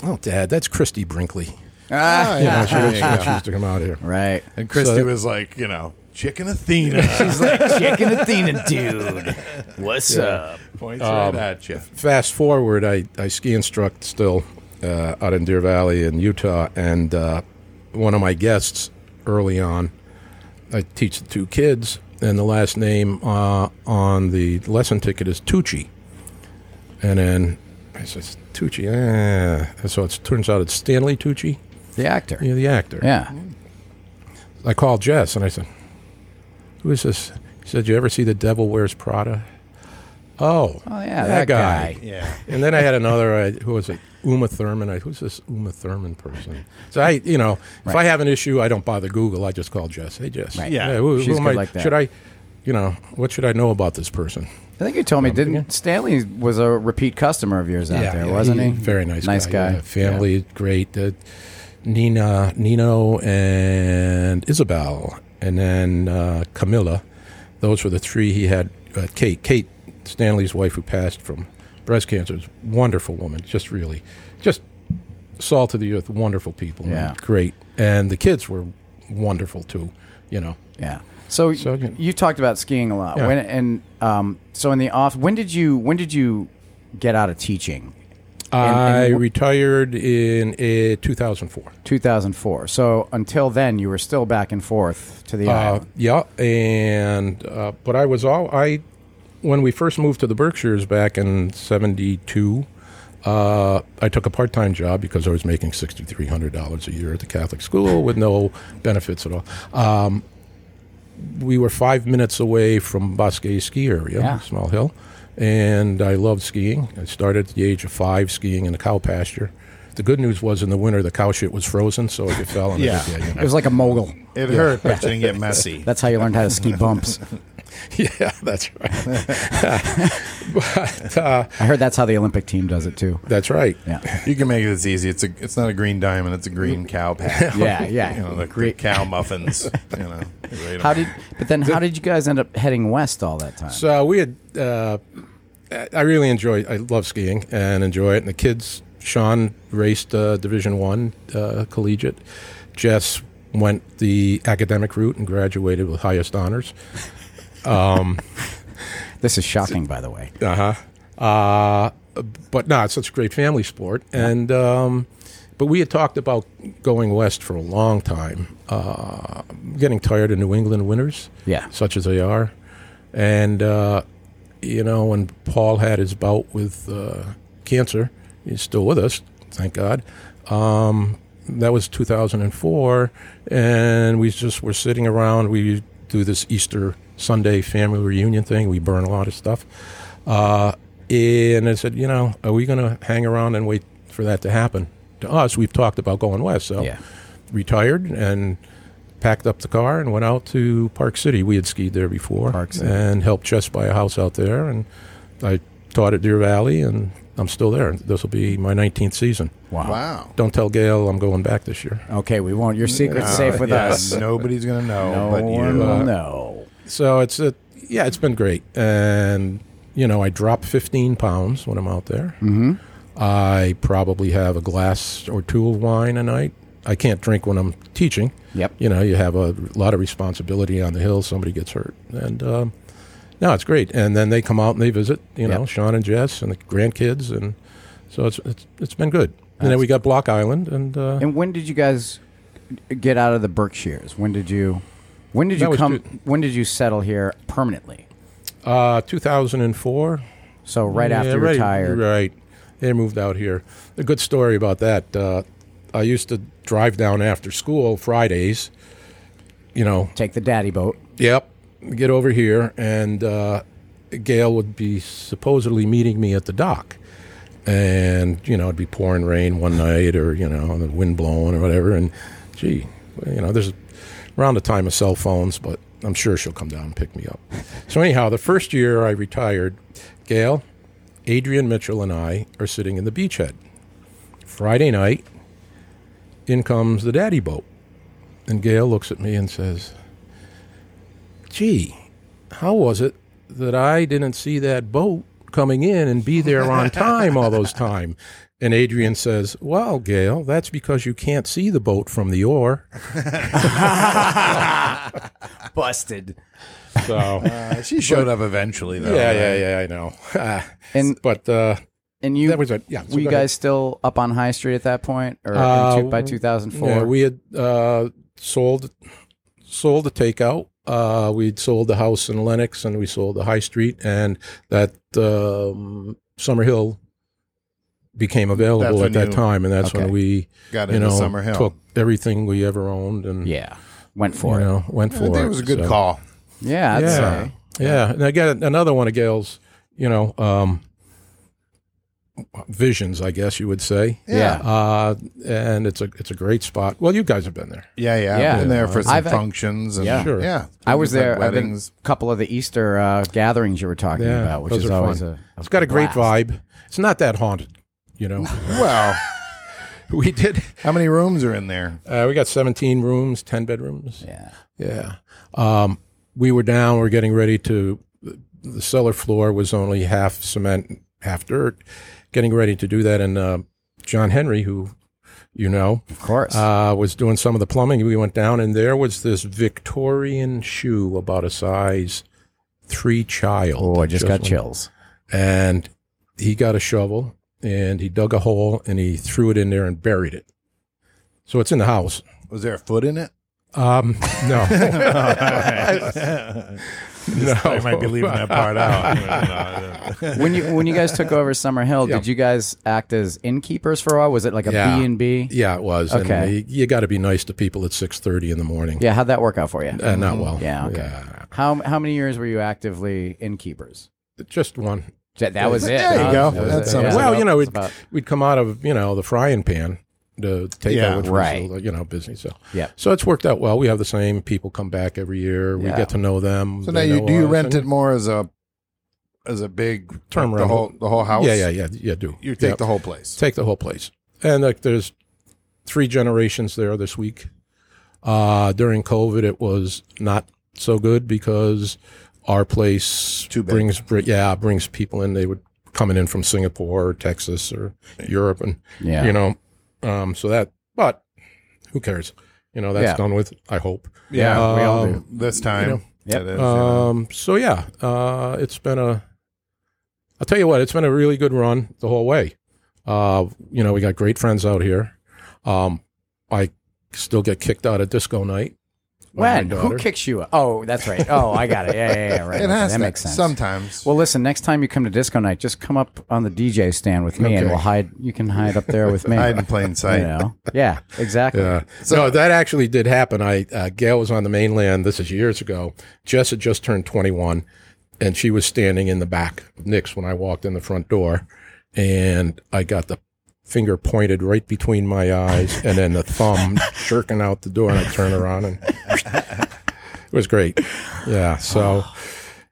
Speaker 4: Oh, Dad, that's Christy Brinkley.
Speaker 1: Ah, yeah.
Speaker 4: She
Speaker 1: there
Speaker 4: was-
Speaker 1: you
Speaker 4: she
Speaker 1: go.
Speaker 4: used to come out here.
Speaker 2: Right.
Speaker 1: And Christy
Speaker 4: So-
Speaker 1: was like, you know, Chicken Athena.
Speaker 2: He's like chicken Athena, dude. What's up?
Speaker 1: Points right at you.
Speaker 4: fast forward, I, I ski instruct still uh, out in Deer Valley in Utah, and uh, one of my guests early on, I teach the two kids, and the last name uh, on the lesson ticket is Tucci. And then I says, Tucci, eh. And so it turns out it's Stanley Tucci,
Speaker 2: The actor.
Speaker 4: you know, the actor.
Speaker 2: Yeah.
Speaker 4: I called Jess and I said, Who is this? She said, You ever see The Devil Wears Prada? Oh,
Speaker 2: Oh yeah, that, guy.
Speaker 1: Yeah.
Speaker 4: and then I had another. I, who was it? Uma Thurman. I, who's this Uma Thurman person? So I, you know, if I have an issue, I don't bother Google. I just call Jess. Hey, Jess.
Speaker 2: Right.
Speaker 1: Yeah,
Speaker 4: who, who
Speaker 2: she's
Speaker 4: am
Speaker 2: good
Speaker 4: I-
Speaker 2: like that.
Speaker 4: Should I, you know, what should I know about this person?
Speaker 2: I think you told me didn't Stanley was a repeat customer of yours out there, wasn't he?
Speaker 4: Very nice.
Speaker 2: nice guy.
Speaker 4: guy. Yeah, family, great. Uh, Nina, Nino, and Isabel, and then uh, Camilla. Those were the three he had. Uh, Kate, Kate Stanley's wife, who passed from breast cancer, is a wonderful woman. Just really, just salt of the earth. Wonderful people. and
Speaker 2: Yeah.
Speaker 4: great. And the kids were wonderful too. You know.
Speaker 2: Yeah. So,
Speaker 4: So, you know.
Speaker 2: you talked about skiing a lot.
Speaker 4: Yeah.
Speaker 2: When and um, so in the off, when did you when did you get out of teaching?
Speaker 4: I
Speaker 2: and wh-
Speaker 4: retired in uh, 2004.
Speaker 2: 2004. So until then, you were still back and forth to the
Speaker 4: Uh,
Speaker 2: island.
Speaker 4: yeah, and uh, but I was all I when we first moved to the Berkshires back in '72. Uh, I took a part-time job because I was making sixty-three hundred dollars a year at the Catholic school with no benefits at all. Um, we were five minutes away from Bosque Ski Area,
Speaker 2: Yeah.
Speaker 4: Small Hill, and I loved skiing. I started at the age of five skiing in a cow pasture. The good news was in the winter the cow shit was frozen, so if you fell in
Speaker 1: Yeah.
Speaker 4: it, yeah, you
Speaker 2: It was like a mogul.
Speaker 1: It hurt, but you didn't get messy.
Speaker 2: That's how you learned how to ski bumps.
Speaker 4: Yeah, that's right. but uh,
Speaker 2: I heard that's how the Olympic team does it too.
Speaker 4: that's right.
Speaker 2: Yeah,
Speaker 1: You can make it as easy. It's a. It's not a green diamond. It's a green cow patch.
Speaker 2: Mm. yeah,
Speaker 1: You know, the,
Speaker 2: yeah.
Speaker 1: the cow muffins. You know, you rate 'em.
Speaker 2: How did? But then, how did you guys end up heading west all that time?
Speaker 4: So we had. Uh, I really enjoy. I love skiing and enjoy it. And the kids, Sean raced uh, Division One uh, collegiate. Jess went the academic route and graduated with highest honors.
Speaker 2: This is shocking, by the way.
Speaker 4: Uh-huh. Uh But no, it's such a great family sport. And um, but we had talked about going west for a long time. Uh, getting tired of New England winters,
Speaker 2: Yeah.
Speaker 4: such as they are. And uh, you know, when Paul had his bout with uh, cancer, he's still with us, thank God. Um, that was 2004, and we just were sitting around. We do this Easter Sunday family reunion thing. We burn a lot of stuff, uh, and I said, you know, are we going to hang around and wait for that to happen? To us, we've talked about going west, so
Speaker 2: Yeah.
Speaker 4: retired and packed up the car and went out to Park City. We had skied there before
Speaker 2: Park City.
Speaker 4: and helped Jess buy a house out there. And I taught at Deer Valley, and I'm still there. This will be my 19th season.
Speaker 2: Wow.
Speaker 1: Wow.
Speaker 4: Don't tell Gail I'm going back this year.
Speaker 2: Okay, we won't. Your secret's safe with
Speaker 1: Uh, Yeah,
Speaker 2: us.
Speaker 1: Nobody's gonna know.
Speaker 2: No
Speaker 1: but
Speaker 2: one
Speaker 1: you.
Speaker 2: will
Speaker 1: Uh,
Speaker 2: know.
Speaker 4: So it's a, yeah, it's been great. And you know, I drop 15 pounds when I'm out there. Mm-hmm. I probably have a glass or two of wine a night. I can't drink when I'm teaching.
Speaker 2: Yep.
Speaker 4: You know, you have a lot of responsibility on the hill. Somebody gets hurt, and um, no, it's great. And then they come out and they visit. You know,
Speaker 2: Yep.
Speaker 4: Sean and Jess and the grandkids, and so it's it's, it's been good. and then we got Block Island, and, uh,
Speaker 2: And when did you guys get out of the Berkshires? When did you? When did
Speaker 4: That
Speaker 2: you
Speaker 4: was
Speaker 2: come?
Speaker 4: two-
Speaker 2: When did you settle here permanently?
Speaker 4: uh, 2004.
Speaker 2: So right
Speaker 4: Yeah,
Speaker 2: after you
Speaker 4: right,
Speaker 2: retired.
Speaker 4: Right. They moved out here. A good story about that. Uh, I used to drive down after school Fridays, you know,
Speaker 2: Take the daddy boat.
Speaker 4: Yep. Get over here, and uh, Gail would be supposedly meeting me at the dock. And, you know, it'd be pouring rain one night or, you know, the wind blowing or whatever. And, gee, you know, there's around the time of cell phones, but I'm sure she'll come down and pick me up. So, anyhow, the first year I retired, Gail, Adrian Mitchell, and I are sitting in the beachhead. Friday night, in comes the daddy boat. And Gail looks at me and says, gee, how was it that I didn't see that boat coming in and be there on time all those time? And Adrian says, Well, Gail, that's because you can't see the boat from the oar.
Speaker 2: Busted.
Speaker 4: So,
Speaker 1: uh, she showed up eventually, though.
Speaker 4: yeah,
Speaker 1: right?
Speaker 4: yeah, yeah, I know.
Speaker 2: And
Speaker 4: but uh,
Speaker 2: and you
Speaker 4: that was it. Yeah. so
Speaker 2: were you
Speaker 4: go ahead.
Speaker 2: guys still up on High Street at that point, or in
Speaker 4: Uh,
Speaker 2: two, by 2004?
Speaker 4: Yeah, we had uh, sold sold the takeout. Uh, we'd sold the house in Lenox, and we sold the High Street, and that um, Summerhill became available
Speaker 1: when
Speaker 4: at that
Speaker 1: you-
Speaker 4: time, and that's
Speaker 2: Okay.
Speaker 4: when we
Speaker 1: Got
Speaker 4: you
Speaker 1: into
Speaker 4: know
Speaker 1: Summer Hill.
Speaker 4: took everything we ever owned and
Speaker 2: Yeah, went
Speaker 4: you
Speaker 2: for it.
Speaker 4: know went
Speaker 1: I
Speaker 4: for
Speaker 1: think
Speaker 4: it.
Speaker 1: it was a good
Speaker 4: So-
Speaker 1: call.
Speaker 2: Yeah, I'd
Speaker 4: yeah.
Speaker 2: say.
Speaker 4: Yeah. And again, another one of Gail's, you know, um, visions, I guess you would say.
Speaker 2: Yeah.
Speaker 4: Uh, and it's a it's a great spot. Well, you guys have been there.
Speaker 1: Yeah, yeah.
Speaker 2: Yeah.
Speaker 1: I've been there for some
Speaker 2: I've-
Speaker 1: functions. And,
Speaker 2: Yeah.
Speaker 4: Sure.
Speaker 1: Yeah.
Speaker 2: I was
Speaker 1: We've had
Speaker 2: there. I've been
Speaker 1: Weddings.
Speaker 2: a couple of the Easter uh, gatherings you were talking
Speaker 4: Yeah,
Speaker 2: about, which
Speaker 4: those
Speaker 2: is
Speaker 4: are
Speaker 2: always
Speaker 4: fun.
Speaker 2: a, a.
Speaker 4: It's got a great
Speaker 2: blast.
Speaker 4: vibe. It's not that haunted, you know.
Speaker 1: Well,
Speaker 4: we did.
Speaker 1: how many rooms are in there?
Speaker 4: Uh, we got 17 rooms, 10 bedrooms.
Speaker 2: Yeah.
Speaker 4: Yeah. Um, we were down, we are getting ready to, the cellar floor was only half cement, half dirt, getting ready to do that. And uh, John Henry, who you know,
Speaker 2: Of course.
Speaker 4: uh, was doing some of the plumbing. We went down, and there was this Victorian shoe about a size three child.
Speaker 2: oh, I just, got
Speaker 4: went-
Speaker 2: chills.
Speaker 4: And he got a shovel and he dug a hole and he threw it in there and buried it. So it's in the house.
Speaker 1: Was there a foot in it?
Speaker 4: Um, no.
Speaker 1: I might be leaving that part out.
Speaker 2: when you when you guys took over Summer Hill,
Speaker 4: Yeah.
Speaker 2: did you guys act as innkeepers for a while? Was it like a B
Speaker 4: Yeah.
Speaker 2: and B?
Speaker 4: Yeah, it was. And
Speaker 2: Okay.
Speaker 4: you you got to be nice to people at six thirty in the morning.
Speaker 2: Yeah, how'd that work out for you?
Speaker 4: Uh, not well.
Speaker 2: Yeah, okay.
Speaker 4: Yeah.
Speaker 2: How how many years were you actively innkeepers?
Speaker 4: Just one.
Speaker 2: That, that was it.
Speaker 1: There you
Speaker 2: That
Speaker 1: go.
Speaker 2: was- that was
Speaker 1: That
Speaker 2: it.
Speaker 1: sums Yeah. it
Speaker 4: Well, you know,
Speaker 2: It's
Speaker 4: we'd,
Speaker 2: about-
Speaker 4: we'd come out of you know the frying pan to take
Speaker 1: Yeah.
Speaker 4: over,
Speaker 2: Right.
Speaker 4: You know, business. So
Speaker 2: Yep.
Speaker 4: so it's worked out well. We have the same people come back every year. We
Speaker 2: Yeah.
Speaker 4: get to know them.
Speaker 1: so now
Speaker 4: They
Speaker 1: you
Speaker 4: know
Speaker 1: do you
Speaker 4: us,
Speaker 1: rent
Speaker 4: and-
Speaker 1: it more as a as a big
Speaker 4: Term
Speaker 1: the
Speaker 4: rental.
Speaker 1: whole the whole house?
Speaker 4: Yeah, yeah, yeah, yeah. Do
Speaker 1: You take
Speaker 4: Yep.
Speaker 1: the whole place.
Speaker 4: take the whole place. And like, there's three generations there this week. Uh, during COVID, it was not so good because our place
Speaker 1: Too big.
Speaker 4: brings br- yeah brings people in. They would coming in from Singapore or Texas or Europe, and
Speaker 2: yeah.
Speaker 4: you know, um, so that. But who cares? You know, that's
Speaker 2: Yeah.
Speaker 4: done with. I hope.
Speaker 1: Yeah, we all
Speaker 4: Um,
Speaker 1: do. This time.
Speaker 4: you know,
Speaker 2: Yep.
Speaker 1: It is, you know.
Speaker 4: Um, so yeah, uh, it's been a. I'll tell you what, it's been a really good run the whole way. Uh, you know, we got great friends out here. Um, I still get kicked out of disco night. by my
Speaker 2: when who
Speaker 4: daughter.
Speaker 2: kicks you? out? Oh, that's right. Oh, I got it. Yeah, yeah, yeah. Right.
Speaker 1: it
Speaker 2: Okay,
Speaker 1: has
Speaker 2: that
Speaker 1: to-
Speaker 2: makes sense.
Speaker 1: Sometimes.
Speaker 2: Well, listen. Next time you come to disco night, just come up on the DJ stand with me, and
Speaker 4: Okay.
Speaker 2: we'll hide. You can hide up there with me.
Speaker 1: hide in plain
Speaker 2: you
Speaker 1: sight.
Speaker 2: know? Yeah. Exactly.
Speaker 4: Yeah. no, that actually did happen. I uh, Gail was on the mainland. This is years ago. Jess had just turned 21, and she was standing in the back of Nick's when I walked in the front door, and I got the finger pointed right between my eyes, and then the thumb jerking out the door, and I turn around and. It was great. Yeah. So,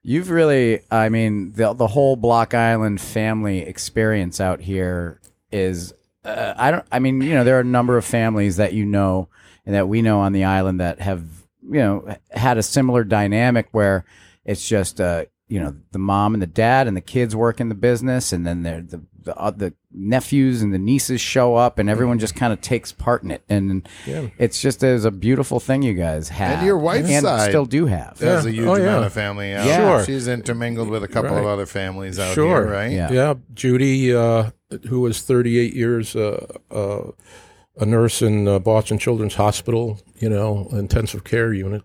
Speaker 2: You've really, I mean, the the whole Block Island family experience out here is, uh, I don't, I mean, you know, there are a number of families that you know and that we know on the island that have, you know, had a similar dynamic where it's just, uh, you know, the mom and the dad and the kids work in the business, and then they're- the the uh, the nephews and the nieces show up, and everyone just kind of takes part in it, and
Speaker 4: Yeah.
Speaker 2: it's just there's a beautiful thing you guys have,
Speaker 1: your wife's
Speaker 2: and
Speaker 1: side.
Speaker 2: still do have,
Speaker 1: There's
Speaker 4: Yeah.
Speaker 1: a huge
Speaker 4: Oh, yeah.
Speaker 1: amount of family out.
Speaker 2: Yeah.
Speaker 1: Sure.
Speaker 4: Sure.
Speaker 1: She's intermingled with a couple of
Speaker 4: Right.
Speaker 1: other families out
Speaker 4: Sure.
Speaker 1: here, right?
Speaker 2: Yeah.
Speaker 4: yeah, Judy, uh, who was 38 years uh, uh, a nurse in uh, Boston Children's Hospital, you know, intensive care unit,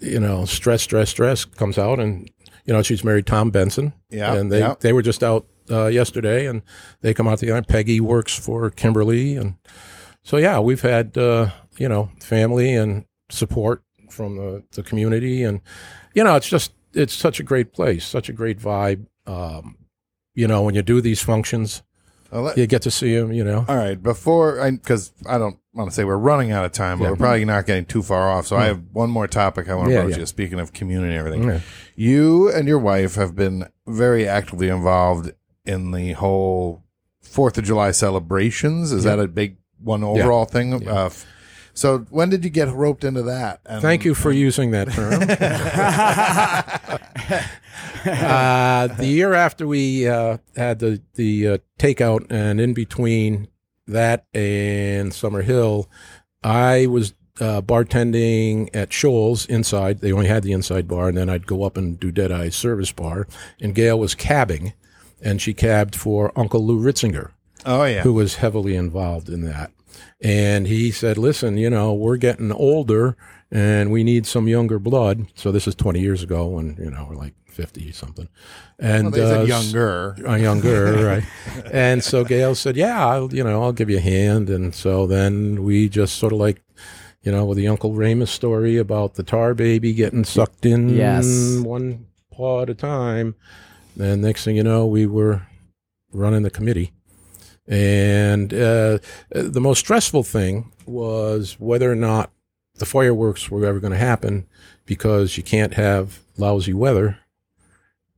Speaker 4: you know, stress, stress, stress comes out, and you know she's married Tom Benson,
Speaker 1: Yeah,
Speaker 4: and they
Speaker 1: yeah.
Speaker 4: they were just out uh, yesterday, and they come out the island. Peggy works for Kimberly, and so yeah, we've had uh, you know family and support from the, the community, and you know it's just it's such a great place, such a great vibe. Um, you know, when you do these functions,
Speaker 1: Well, let-
Speaker 4: you get to see them. You know,
Speaker 1: All right, before I because I don't want to say we're running out of time, but
Speaker 4: Yeah.
Speaker 1: we're probably not getting too far off. So I have one more topic I want to
Speaker 4: Yeah,
Speaker 1: approach
Speaker 4: yeah.
Speaker 1: you. Speaking of community and everything,
Speaker 4: Yeah.
Speaker 1: you and your wife have been very actively involved in the whole Fourth of July celebrations. Is that a big one overall thing? Uh, f- so when did you get roped into that? And Oh,
Speaker 4: Thank you for using that term. uh, the year after we uh, had the the uh, takeout, and in between that and Summer Hill, I was uh, bartending at Shoals inside. They only had the inside bar, and then I'd go up and do Dead Eye Service Bar. And Gail was cabbing, and she cabbed for Uncle Lou Ritzinger
Speaker 1: Oh yeah,
Speaker 4: who was heavily involved in that. And he said, Listen, you know, we're getting older and we need some younger blood. So this is 20 years ago when, you know, we're like 50 something.
Speaker 1: well,
Speaker 4: And
Speaker 1: they
Speaker 4: uh,
Speaker 1: said
Speaker 4: s-
Speaker 1: younger.
Speaker 4: a younger, right? And so Gail said, "Yeah, I'll, you know, I'll give you a hand." And so then we just sort of like, you know, with the Uncle Ramus story about the tar baby getting sucked in,
Speaker 2: Yes.
Speaker 4: one paw at a time. Then next thing you know, we were running the committee, and uh, the most stressful thing was whether or not the fireworks were ever going to happen because you can't have lousy weather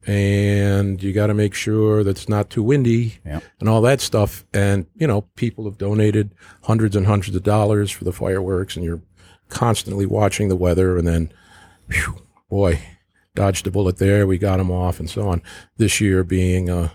Speaker 4: and you got to make sure that it's not too windy
Speaker 2: Yep.
Speaker 4: and all that stuff. And, you know, people have donated hundreds and hundreds of dollars for the fireworks, and you're constantly watching the weather. And then, phew, boy, dodged a bullet there. We got them off, and so on. This year being a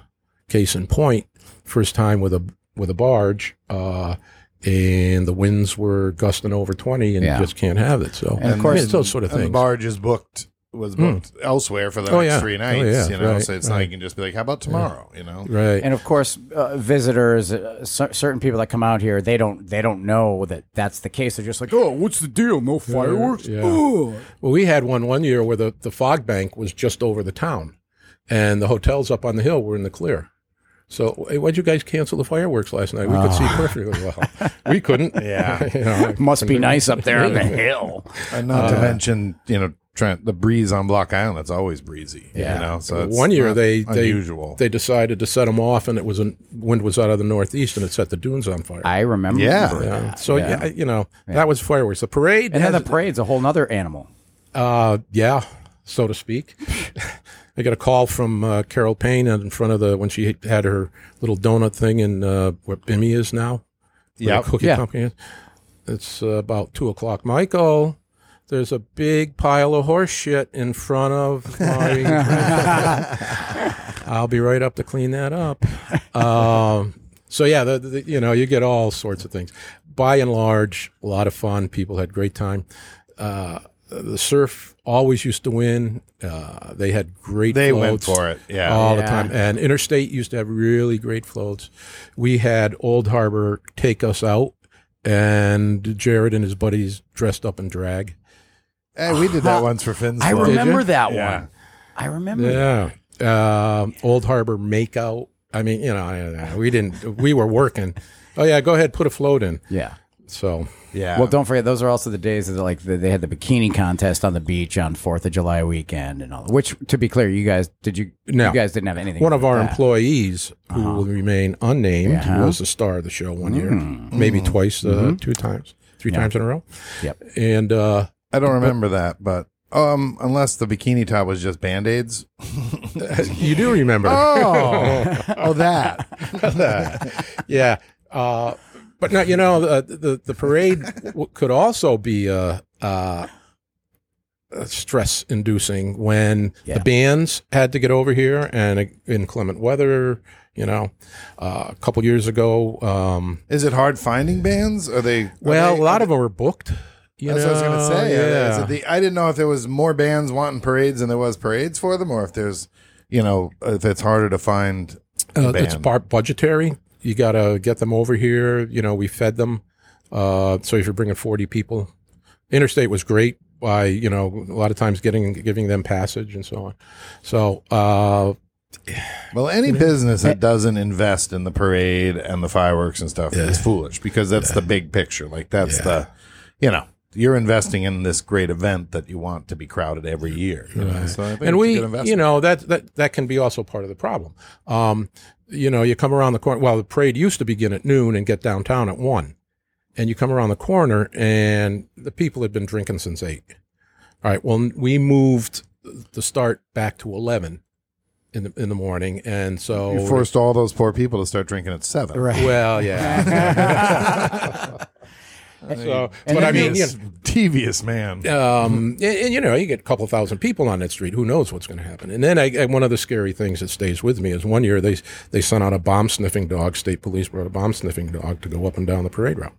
Speaker 4: case in point, first time with a with a barge. Uh, and the winds were gusting over 20 and
Speaker 2: Yeah.
Speaker 4: you just can't have it. So,
Speaker 2: And of course-
Speaker 4: it's those sort of
Speaker 1: And the
Speaker 4: things. Hmm.
Speaker 1: barge is booked was booked elsewhere for the
Speaker 4: Oh,
Speaker 1: next
Speaker 4: yeah.
Speaker 1: three
Speaker 4: Oh,
Speaker 1: nights.
Speaker 4: yeah,
Speaker 1: You know,
Speaker 4: right,
Speaker 1: so it's not
Speaker 4: right.
Speaker 1: you can just be like, how about tomorrow? You know,
Speaker 4: Right.
Speaker 2: And of course, uh, visitors, uh, cer- certain people that come out here, they don't they don't know that that's the case. They're just like, oh, what's the deal? No fireworks?
Speaker 4: yeah.
Speaker 2: Ooh.
Speaker 4: Well, we had one one year where the, the fog bank was just over the town, and the hotels up on the hill were in the clear. So, hey, why'd you guys cancel the fireworks last night? We could see perfectly well. We couldn't.
Speaker 1: Yeah.
Speaker 4: You know,
Speaker 2: Must be nice up there on the hill.
Speaker 1: and not
Speaker 4: Uh,
Speaker 1: to mention, you know, Trent, the breeze on Block Island. It's always breezy.
Speaker 2: Yeah.
Speaker 1: You know, so it's
Speaker 4: one year
Speaker 1: not
Speaker 4: they they
Speaker 1: unusual.
Speaker 4: they decided to set them off, and it was an, wind was out of the northeast, and it set the dunes on fire.
Speaker 2: I remember.
Speaker 1: Yeah.
Speaker 4: Yeah. So yeah, you know that was fireworks. The parade
Speaker 2: And then the
Speaker 4: has-
Speaker 2: parade's a whole nother animal.
Speaker 4: Uh, yeah, so to speak. I got a call from uh, Carol Payne out in front of the when she had her little donut thing in uh, where Bimmy is now. where the
Speaker 1: Yep.
Speaker 4: cookie
Speaker 2: Yeah.
Speaker 4: company is. It's uh, about two o'clock. Michael, there's a big pile of horse shit in front of my. I'll be right up to clean that up. Um, so yeah, the, the, you know you get all sorts of things. By and large, a lot of fun. People had great time. Uh, the surf always used to win. Uh, they had great.
Speaker 1: they went
Speaker 4: floats Uh,
Speaker 1: for it. Yeah.
Speaker 4: all the
Speaker 2: Yeah.
Speaker 4: time. And Interstate used to have really great floats. We had Old Harbor take us out, and Jared and his buddies dressed up in drag.
Speaker 1: Hey, we did that once for Finn's.
Speaker 2: I
Speaker 1: World.
Speaker 2: remember that
Speaker 1: Yeah.
Speaker 2: one. I remember. that.
Speaker 4: Yeah, Um Old Harbor makeout. I mean, you know, I- I- we didn't. We were working. Oh yeah, go ahead, put a float in.
Speaker 2: Yeah.
Speaker 4: So
Speaker 1: Yeah.
Speaker 2: Well, don't forget those are also the days that like the, they had the bikini contest on the beach on Fourth of July weekend and all. Which, to be clear, you guys did you
Speaker 4: No.
Speaker 2: you guys didn't have anything.
Speaker 4: one
Speaker 2: to
Speaker 4: of
Speaker 2: do with
Speaker 4: our
Speaker 2: that.
Speaker 4: employees, who will remain unnamed,
Speaker 2: Yeah.
Speaker 4: was the star of the show one year, maybe twice, uh, two times, three times in a row.
Speaker 2: Yep.
Speaker 4: And uh,
Speaker 1: I don't remember that, but um, unless the bikini top was just band aids.
Speaker 4: you do remember.
Speaker 1: Oh, oh, that.
Speaker 4: yeah. Uh, but no, you know, the the, the parade w- could also be uh, uh, stress inducing when
Speaker 2: Yeah.
Speaker 4: the bands had to get over here and uh, inclement weather. You know, uh, a couple years ago. Um,
Speaker 1: Is it hard finding bands? Are they? are
Speaker 4: well,
Speaker 1: they-
Speaker 4: a lot of them were booked. You
Speaker 1: That's
Speaker 4: know?
Speaker 1: what I was gonna say. Are they- is
Speaker 4: Yeah.
Speaker 1: it the- I didn't know if there was more bands wanting parades than there was parades for them, or if there's, you know, if it's harder to find. a
Speaker 4: Uh, it's
Speaker 1: band.
Speaker 4: bar- budgetary. You got to get them over here. You know, we fed them. Uh, so if you're bringing 40 people, Interstate was great by, you know, a lot of times getting, giving them passage and so on. So, uh,
Speaker 1: Well, any business
Speaker 4: eh.
Speaker 1: that doesn't invest in the parade and the fireworks and stuff is foolish because that's the big picture. Like that's the, you know, you're investing in this great event that you want to be crowded every year. you know? So I think it's
Speaker 4: and
Speaker 1: a
Speaker 4: we,
Speaker 1: good investment.
Speaker 4: you know, that, that, that can be also part of the problem. Um, you know, you come around the corner. Well, the parade used to begin at noon and get downtown at one. And you come around the corner and the people had been drinking since eight. All right. Well, we moved the start back to 11 in the, in the morning. And so,
Speaker 1: you forced all those poor people to start drinking at seven.
Speaker 2: Right.
Speaker 4: well, yeah. so, but I mean, you
Speaker 1: Devious- devious man.
Speaker 4: know, um, and, and, you know, you get a couple thousand people on that street. Who knows what's going to happen? And then I, I- one of the scary things that stays with me is one year they they sent out a bomb sniffing dog. State police brought a bomb sniffing dog to go up and down the parade route.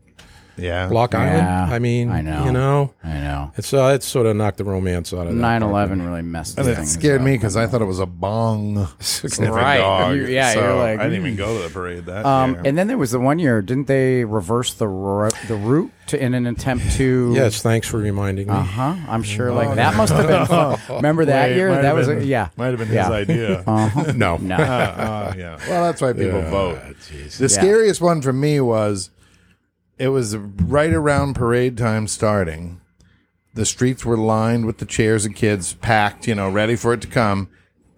Speaker 1: Yeah.
Speaker 4: Block
Speaker 2: Yeah,
Speaker 4: Island. I mean,
Speaker 2: I know.
Speaker 4: You know,
Speaker 2: I know.
Speaker 4: it's uh, it's sort of knocked the romance out of that.
Speaker 2: 9-11 really messed
Speaker 1: And it
Speaker 2: things
Speaker 1: scared
Speaker 2: up.
Speaker 1: me because I thought it was a bong sniffing
Speaker 2: Right.
Speaker 1: dog.
Speaker 2: You- yeah, you're
Speaker 1: so
Speaker 2: like, "Hmm."
Speaker 1: I didn't even go to the parade that
Speaker 2: Um,
Speaker 1: year.
Speaker 2: And then there was the one year, didn't they reverse the ro- the route to, in an attempt to?
Speaker 4: Yes, thanks for reminding me.
Speaker 2: Uh huh. I'm sure. like that must have been. Fun. Remember that
Speaker 1: Wait,
Speaker 2: year?
Speaker 1: might
Speaker 2: That
Speaker 1: have
Speaker 2: was
Speaker 1: been-
Speaker 2: a, yeah.
Speaker 1: Might have been
Speaker 2: Yeah.
Speaker 1: his idea.
Speaker 2: Uh-huh.
Speaker 4: No,
Speaker 2: No.
Speaker 1: Uh, yeah. Ah, Well, that's why people vote. The
Speaker 2: Yeah.
Speaker 1: scariest one for me was it was right around parade time starting. The streets were lined with the chairs and kids packed, you know, ready for it to come.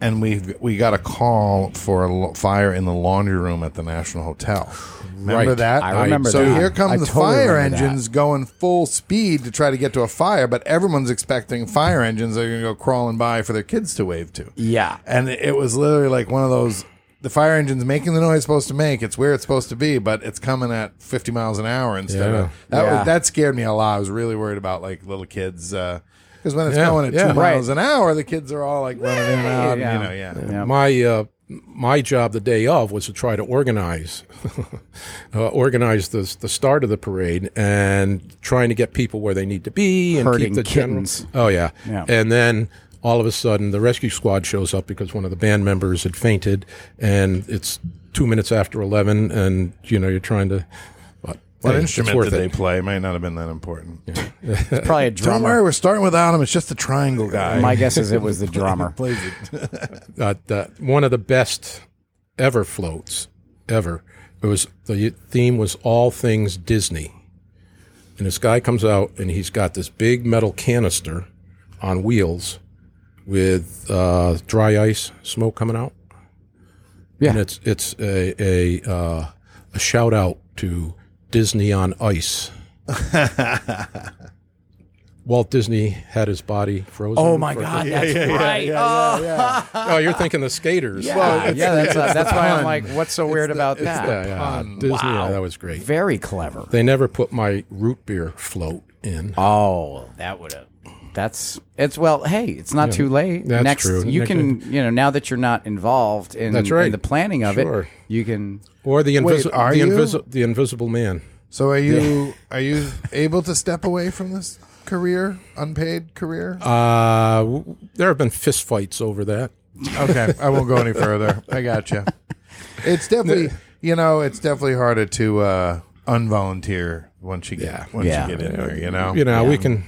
Speaker 1: And we we got a call for a lo- fire in the laundry room at the National Hotel. Remember
Speaker 4: Right.
Speaker 1: that?
Speaker 2: I remember
Speaker 1: So
Speaker 2: that.
Speaker 1: here come
Speaker 2: I
Speaker 1: the
Speaker 2: totally
Speaker 1: fire
Speaker 2: remember that.
Speaker 1: engines going full speed to try to get to a fire, but everyone's expecting fire engines are going to go crawling by for their kids to wave to.
Speaker 2: Yeah.
Speaker 1: And it was literally like one of those the fire engine's making the noise it's supposed to make. It's where it's supposed to be, but it's coming at 50 miles an hour instead
Speaker 4: Yeah.
Speaker 1: of that.
Speaker 2: Yeah.
Speaker 1: Was, that scared me a lot. I was really worried about like little kids because when it's
Speaker 4: Yeah,
Speaker 1: going at
Speaker 4: yeah.
Speaker 1: two
Speaker 2: Right.
Speaker 1: miles an hour, the kids are all like running in and out.
Speaker 2: Yeah.
Speaker 1: And, you know, yeah.
Speaker 2: Yep.
Speaker 4: My uh, my job the day of was to try to organize uh, organize the the start of the parade and trying to get people where they need to be and
Speaker 2: Herding
Speaker 4: keep the general-
Speaker 2: kittens.
Speaker 4: Oh yeah.
Speaker 2: Yeah.
Speaker 4: and then all of a sudden the rescue squad shows up because one of the band members had fainted, and it's two minutes after eleven, and you know you're trying to. But,
Speaker 1: What
Speaker 4: hey, it's
Speaker 1: instrument
Speaker 4: worth
Speaker 1: did
Speaker 4: it.
Speaker 1: they play? Might not have been that important.
Speaker 2: It's probably a
Speaker 1: Don't
Speaker 2: drummer.
Speaker 1: worry, we're starting without him. It's just the triangle guy.
Speaker 2: My guess is it was the drummer.
Speaker 1: plays it.
Speaker 4: uh, the, one of the best ever floats ever. It was the theme was all things Disney, and this guy comes out and he's got this big metal canister on wheels with uh, dry ice smoke coming out.
Speaker 2: Yeah.
Speaker 4: and it's it's a a, uh, a shout out to Disney on Ice. Walt Disney had his body frozen.
Speaker 2: Oh my
Speaker 4: for-
Speaker 2: God, that's right.
Speaker 4: Oh, you're thinking the skaters.
Speaker 2: Oh, yeah, that's, uh, that's why I'm like, what's so weird about that?
Speaker 4: Yeah, yeah. Disney, yeah, that was great.
Speaker 2: Very clever.
Speaker 4: They never put my root beer float in.
Speaker 2: Oh, that would have. That's it's well. Hey, it's not too late.
Speaker 4: That's
Speaker 2: Next,
Speaker 4: true.
Speaker 2: you
Speaker 4: Next-
Speaker 2: can you know now that you're not involved in,
Speaker 4: That's right.
Speaker 2: in the planning of
Speaker 4: Sure.
Speaker 2: it, you can.
Speaker 4: Or the
Speaker 1: Wait,
Speaker 4: invisible,
Speaker 1: are
Speaker 4: the,
Speaker 1: you?
Speaker 4: invisi- the invisible man.
Speaker 1: So are you are you able to step away from this career, unpaid career?
Speaker 4: Uh, w- there have been fistfights over that.
Speaker 1: okay, I won't go any further. I got you. It's definitely you know it's definitely harder to uh, unvolunteer once you get
Speaker 4: Yeah.
Speaker 1: once
Speaker 2: Yeah.
Speaker 1: you get in there. You know,
Speaker 4: You know, we can,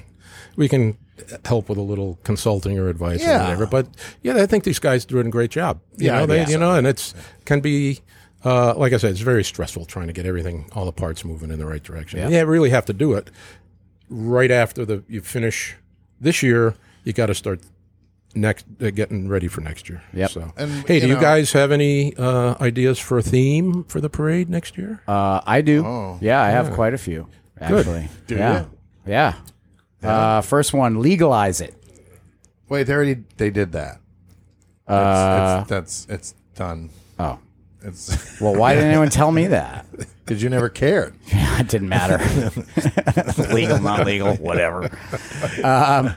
Speaker 4: we can help with a little consulting or advice
Speaker 1: Yeah.
Speaker 4: or whatever. But yeah, I think these guys doing a great job. You
Speaker 1: Yeah, I
Speaker 4: know,
Speaker 1: think
Speaker 4: they, you know, and it's can be. Uh, like I said, it's very stressful trying to get everything, all the parts moving in the right direction. Yeah, you really have to do it right after the you finish this year. You got to start next uh, getting ready for next year.
Speaker 2: Yep.
Speaker 4: So,
Speaker 1: And,
Speaker 4: hey,
Speaker 1: you
Speaker 4: do you
Speaker 1: know-
Speaker 4: guys have any uh, ideas for a theme for the parade next year?
Speaker 2: Uh, I do.
Speaker 1: Oh.
Speaker 2: yeah, I have quite a few actually. yeah, yeah. Uh, first one, legalize it.
Speaker 1: Wait, they already they did that. Uh, it's, that's it's done.
Speaker 2: Oh,
Speaker 1: It's
Speaker 2: well, why didn't anyone tell me that?
Speaker 1: because you never cared.
Speaker 2: it didn't matter. legal, not legal, whatever. Um,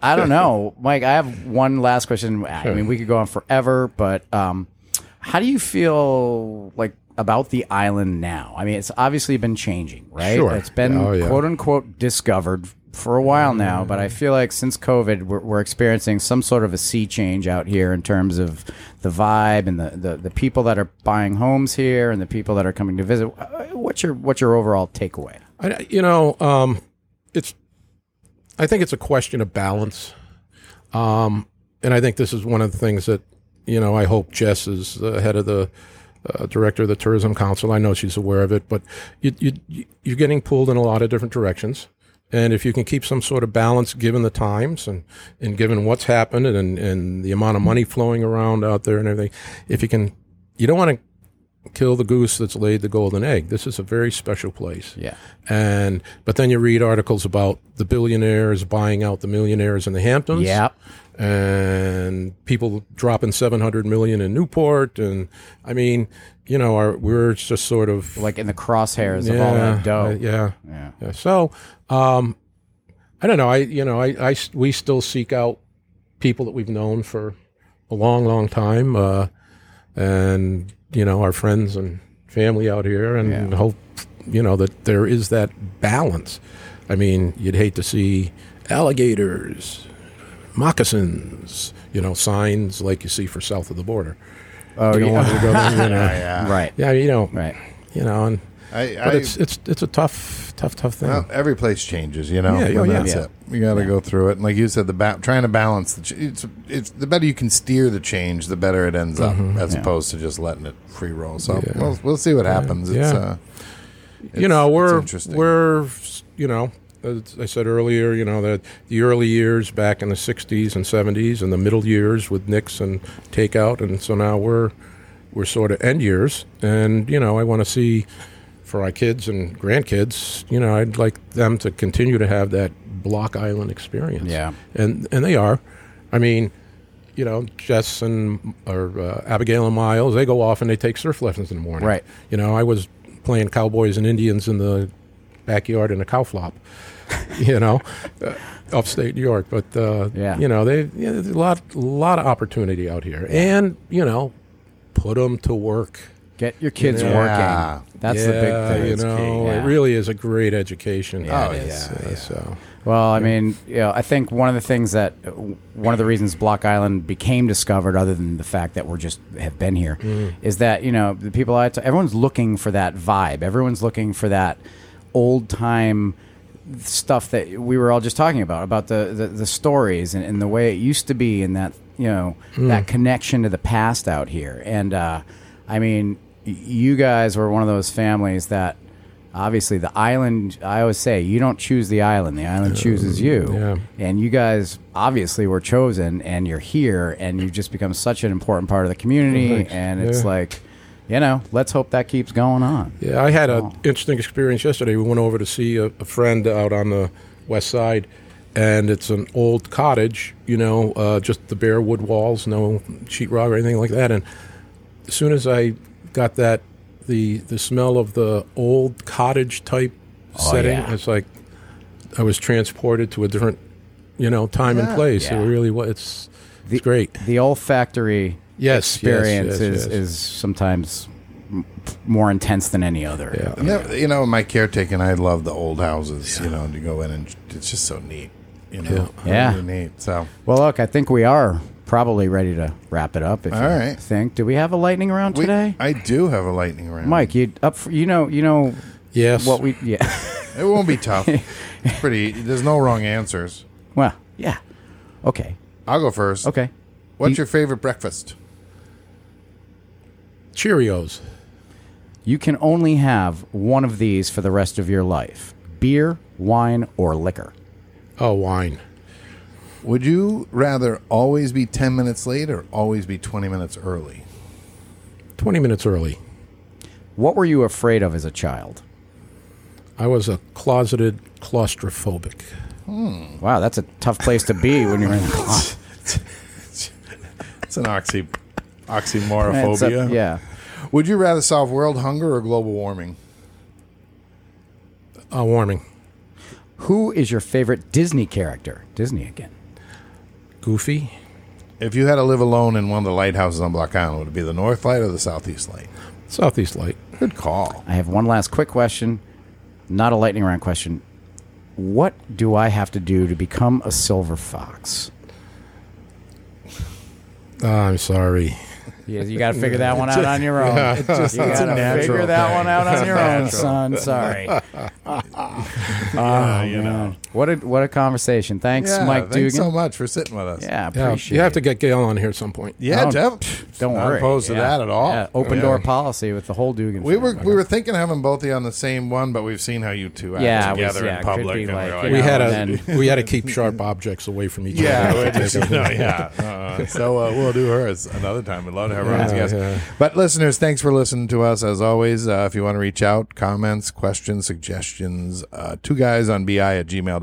Speaker 2: I don't know, Mike. I have one last question. I mean, we could go on forever, but um, how do you feel like about the island now? I mean, it's obviously been changing, right?
Speaker 4: Sure.
Speaker 2: It's been
Speaker 4: Oh, yeah. Mm-hmm.
Speaker 2: quote unquote discovered for a while now, but I feel like since COVID, we're, we're experiencing some sort of a sea change out here in terms of the vibe and the, the, the people that are buying homes here and the people that are coming to visit. Uh, What's your what's your overall takeaway?
Speaker 4: I, you know, um, it's. I think it's a question of balance, um, and I think this is one of the things that you know. I hope Jess is the head of the uh, director of the tourism council. I know she's aware of it, but you, you you're getting pulled in a lot of different directions. And if you can keep some sort of balance, given the times and, and given what's happened and, and the amount of money flowing around out there and everything, if you can, you don't want to kill the goose that's laid the golden egg. This is a very special place
Speaker 2: Yeah.
Speaker 4: and but then you read articles about the billionaires buying out the millionaires in the Hamptons.
Speaker 2: Yeah.
Speaker 4: and people dropping seven hundred million in Newport, and I mean, you know, our, we're just sort of
Speaker 2: Like in the crosshairs of all that dough.
Speaker 4: uh, yeah,
Speaker 2: Yeah.
Speaker 4: yeah. So, um, I don't know. I you know, I, I s- we still seek out people that we've known for a long, long time, uh, and you know, our friends and family out here, and hope you know that there is that balance. I mean, you'd hate to see alligators, moccasins, you know, signs like you see for south of the border. Oh, you yeah. Want to go there, you know.
Speaker 2: Right.
Speaker 4: Yeah, you know,
Speaker 2: Right.
Speaker 4: you know, and
Speaker 1: I,
Speaker 4: but
Speaker 1: I
Speaker 4: it's it's it's a tough tough tough thing.
Speaker 1: Well, Oh, every place changes, you know.
Speaker 4: Yeah, oh,
Speaker 1: And
Speaker 4: yeah.
Speaker 1: that's it. You got to go through it, and like you said, the ba- trying to balance the ch- it's it's the better you can steer the change, the better it ends up, as opposed to just letting it free roll. So
Speaker 4: Mm-hmm. Yeah.
Speaker 1: we'll we'll see what happens. It's,
Speaker 4: Yeah.
Speaker 1: uh,
Speaker 4: you know,
Speaker 1: it's
Speaker 4: we're
Speaker 1: interesting.
Speaker 4: we're you know, as I said earlier, you know that the early years back in the '60s and '70s, and the middle years with Nixon takeout, and so now we're we're sort of end years, and you know, I want to see for our kids and grandkids, you know, I'd like them to continue to have that Block Island experience.
Speaker 2: Yeah.
Speaker 4: and and they are. I mean, you know, Jess and or uh, Abigail and Miles, they go off and they take surf lessons in the morning.
Speaker 2: Right.
Speaker 4: You know, I was playing cowboys and Indians in the backyard in a cow flop. you know, uh, upstate New York, but uh,
Speaker 2: Yeah.
Speaker 4: you know, they yeah, there's a lot lot of opportunity out here, and you know, put them to work.
Speaker 2: Get your kids
Speaker 1: Yeah.
Speaker 2: working. That's the
Speaker 4: Yeah,
Speaker 2: big thing.
Speaker 4: You
Speaker 2: It's key,
Speaker 4: know,
Speaker 2: yeah.
Speaker 4: it really is a great education.
Speaker 1: Yeah,
Speaker 4: It
Speaker 1: it
Speaker 4: is,
Speaker 1: is,
Speaker 4: uh,
Speaker 1: yeah.
Speaker 4: So
Speaker 2: Well, I mean, you know, I think one of the things that one of the reasons Block Island became discovered, other than the fact that we're just have been here, is
Speaker 4: Mm-hmm.
Speaker 2: that you know the people I t- everyone's looking for that vibe. Everyone's looking for that old time stuff that we were all just talking about about the the, the stories and, and the way it used to be and that you know
Speaker 4: Hmm.
Speaker 2: that connection to the past out here. And uh, I mean, y- you guys were one of those families that obviously the island i always say you don't choose the island the island chooses you
Speaker 4: Uh, yeah.
Speaker 2: and you guys obviously were chosen and you're here and you've just become such an important part of the community and it's
Speaker 4: Yeah.
Speaker 2: like you know let's hope that keeps going on
Speaker 4: yeah, I had an
Speaker 2: Oh.
Speaker 4: interesting experience yesterday. We went over to see a, a friend out on the west side, and it's an old cottage. You know, uh, just the bare wood walls, no sheetrock or anything like that. And as soon as I got that, the the smell of the old cottage type setting,
Speaker 2: Oh, yeah.
Speaker 4: it's like I was transported to a different, you know, time and place.
Speaker 2: Yeah.
Speaker 4: It really was. It's, it's great.
Speaker 2: the olfactory
Speaker 4: Yes,
Speaker 2: experience
Speaker 4: yes, yes,
Speaker 2: is,
Speaker 4: yes.
Speaker 2: is sometimes m- more intense than any other
Speaker 4: Yeah.
Speaker 1: Never, you know, in my caretaking, I love the old houses. You know, and you go in and it's just so neat. You know,
Speaker 2: Yeah.
Speaker 1: Really neat. So
Speaker 2: well look i think we are probably ready to wrap it up if
Speaker 1: All
Speaker 2: you
Speaker 1: right.
Speaker 2: think do we have a lightning round
Speaker 1: we,
Speaker 2: today
Speaker 1: I do have a lightning round,
Speaker 2: mike you up for, you know you know
Speaker 4: Yes.
Speaker 2: what we yeah
Speaker 1: It won't be tough. it's pretty. There's no wrong answers.
Speaker 2: Well, yeah. Okay.
Speaker 1: I'll go first.
Speaker 2: Okay.
Speaker 1: What's your favorite breakfast?
Speaker 4: Cheerios.
Speaker 2: You can only have one of these for the rest of your life beer, wine, or liquor.
Speaker 4: Oh, wine.
Speaker 1: Would you rather always be 10 minutes late or always be 20 minutes early?
Speaker 4: 20 minutes early.
Speaker 2: What were you afraid of as a child?
Speaker 4: I was a closeted claustrophobic.
Speaker 2: Wow, that's a tough place to be when you're in the closet.
Speaker 1: It's an oxy
Speaker 2: It's
Speaker 1: oxymorophobia.
Speaker 2: a- yeah.
Speaker 1: Would you rather solve world hunger or global warming?
Speaker 4: Uh, warming.
Speaker 2: Who is your favorite Disney character? Disney again.
Speaker 4: Goofy.
Speaker 1: If you had to live alone in one of the lighthouses on Block Island, would it be the North Light or the Southeast Light?
Speaker 4: Southeast Light.
Speaker 1: Good call.
Speaker 2: I have one last quick question, not a lightning round question. What do I have to do to become a silver fox?
Speaker 4: Ah, I'm sorry.
Speaker 2: Yeah, you got to figure that one out on your own. you got
Speaker 1: a
Speaker 2: to
Speaker 1: natural
Speaker 2: figure that
Speaker 1: thing.
Speaker 2: one out on your own,
Speaker 1: natural.
Speaker 2: son. Sorry.
Speaker 1: Ah, Yeah, you know.
Speaker 2: What a what a conversation. Oh, Thanks,
Speaker 1: Yeah,
Speaker 2: Mike Dugan.
Speaker 1: thanks so much for sitting with us.
Speaker 2: Yeah,
Speaker 4: Yeah,
Speaker 2: appreciate.
Speaker 4: you have to
Speaker 2: it.
Speaker 4: get Gail on here at some point.
Speaker 1: Yeah,
Speaker 2: No,
Speaker 1: Jeff.
Speaker 2: Don't
Speaker 1: not
Speaker 2: worry.
Speaker 1: opposed to
Speaker 2: Yeah.
Speaker 1: that at all.
Speaker 2: Yeah, open
Speaker 1: Yeah.
Speaker 2: door policy with the whole Dugan.
Speaker 1: We were
Speaker 2: family.
Speaker 1: we were thinking of having both of you on the same one, but we've seen how you two act
Speaker 2: Yeah, it was-
Speaker 1: together
Speaker 2: yeah,
Speaker 1: in
Speaker 2: it could
Speaker 1: public.
Speaker 2: be
Speaker 1: and
Speaker 2: like,
Speaker 1: we're
Speaker 2: you
Speaker 4: We
Speaker 2: know,
Speaker 4: had
Speaker 2: and
Speaker 4: a we had to keep sharp objects away from each
Speaker 1: Yeah,
Speaker 4: other.
Speaker 1: we're just, you know, yeah. Uh, so uh, we'll do hers another time. We'd love to have her on as a
Speaker 4: Yeah,
Speaker 1: guest.
Speaker 4: yeah.
Speaker 1: But listeners, thanks for listening to us. As always, uh, if you want to reach out, comments, questions, suggestions, uh, two guys on bi at gmail.com.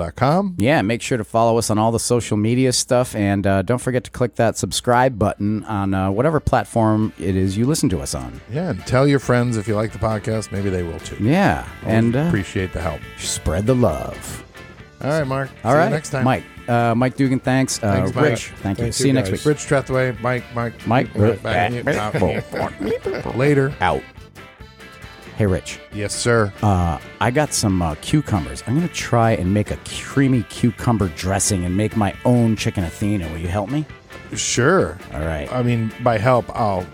Speaker 2: Yeah, make sure to follow us on all the social media stuff, and uh, don't forget to click that subscribe button on uh, whatever platform it is you listen to us on.
Speaker 1: Yeah, and tell your friends if you like the podcast. Maybe they will too.
Speaker 2: Yeah, and uh,
Speaker 1: Appreciate the help.
Speaker 2: spread the love.
Speaker 1: All right, Mark.
Speaker 2: All
Speaker 1: See
Speaker 2: right,
Speaker 1: you next time.
Speaker 2: Mike, uh, Mike Dugan. Thanks, uh,
Speaker 1: Thanks, Mike.
Speaker 2: Rich. Thank you.
Speaker 4: Thank
Speaker 2: See
Speaker 4: you,
Speaker 2: you next
Speaker 4: guys.
Speaker 2: week.
Speaker 1: Rich Trethaway, Mike, Mike,
Speaker 2: Mike,
Speaker 1: back. Later.
Speaker 2: out. Hey, Rich.
Speaker 1: Yes, sir.
Speaker 2: Uh, I got some uh, cucumbers. I'm gonna try and make a creamy cucumber dressing and make my own chicken Athena. Will you help me?
Speaker 1: Sure.
Speaker 2: All right.
Speaker 1: I mean, by help, I'll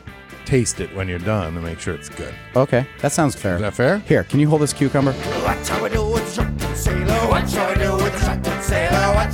Speaker 1: taste it when you're done and make sure it's good.
Speaker 2: Okay, that sounds fair.
Speaker 1: Is that fair?
Speaker 2: Here, can you hold this cucumber?
Speaker 3: What shall we do with the drunken sailor? What shall we do with the drunken sailor? What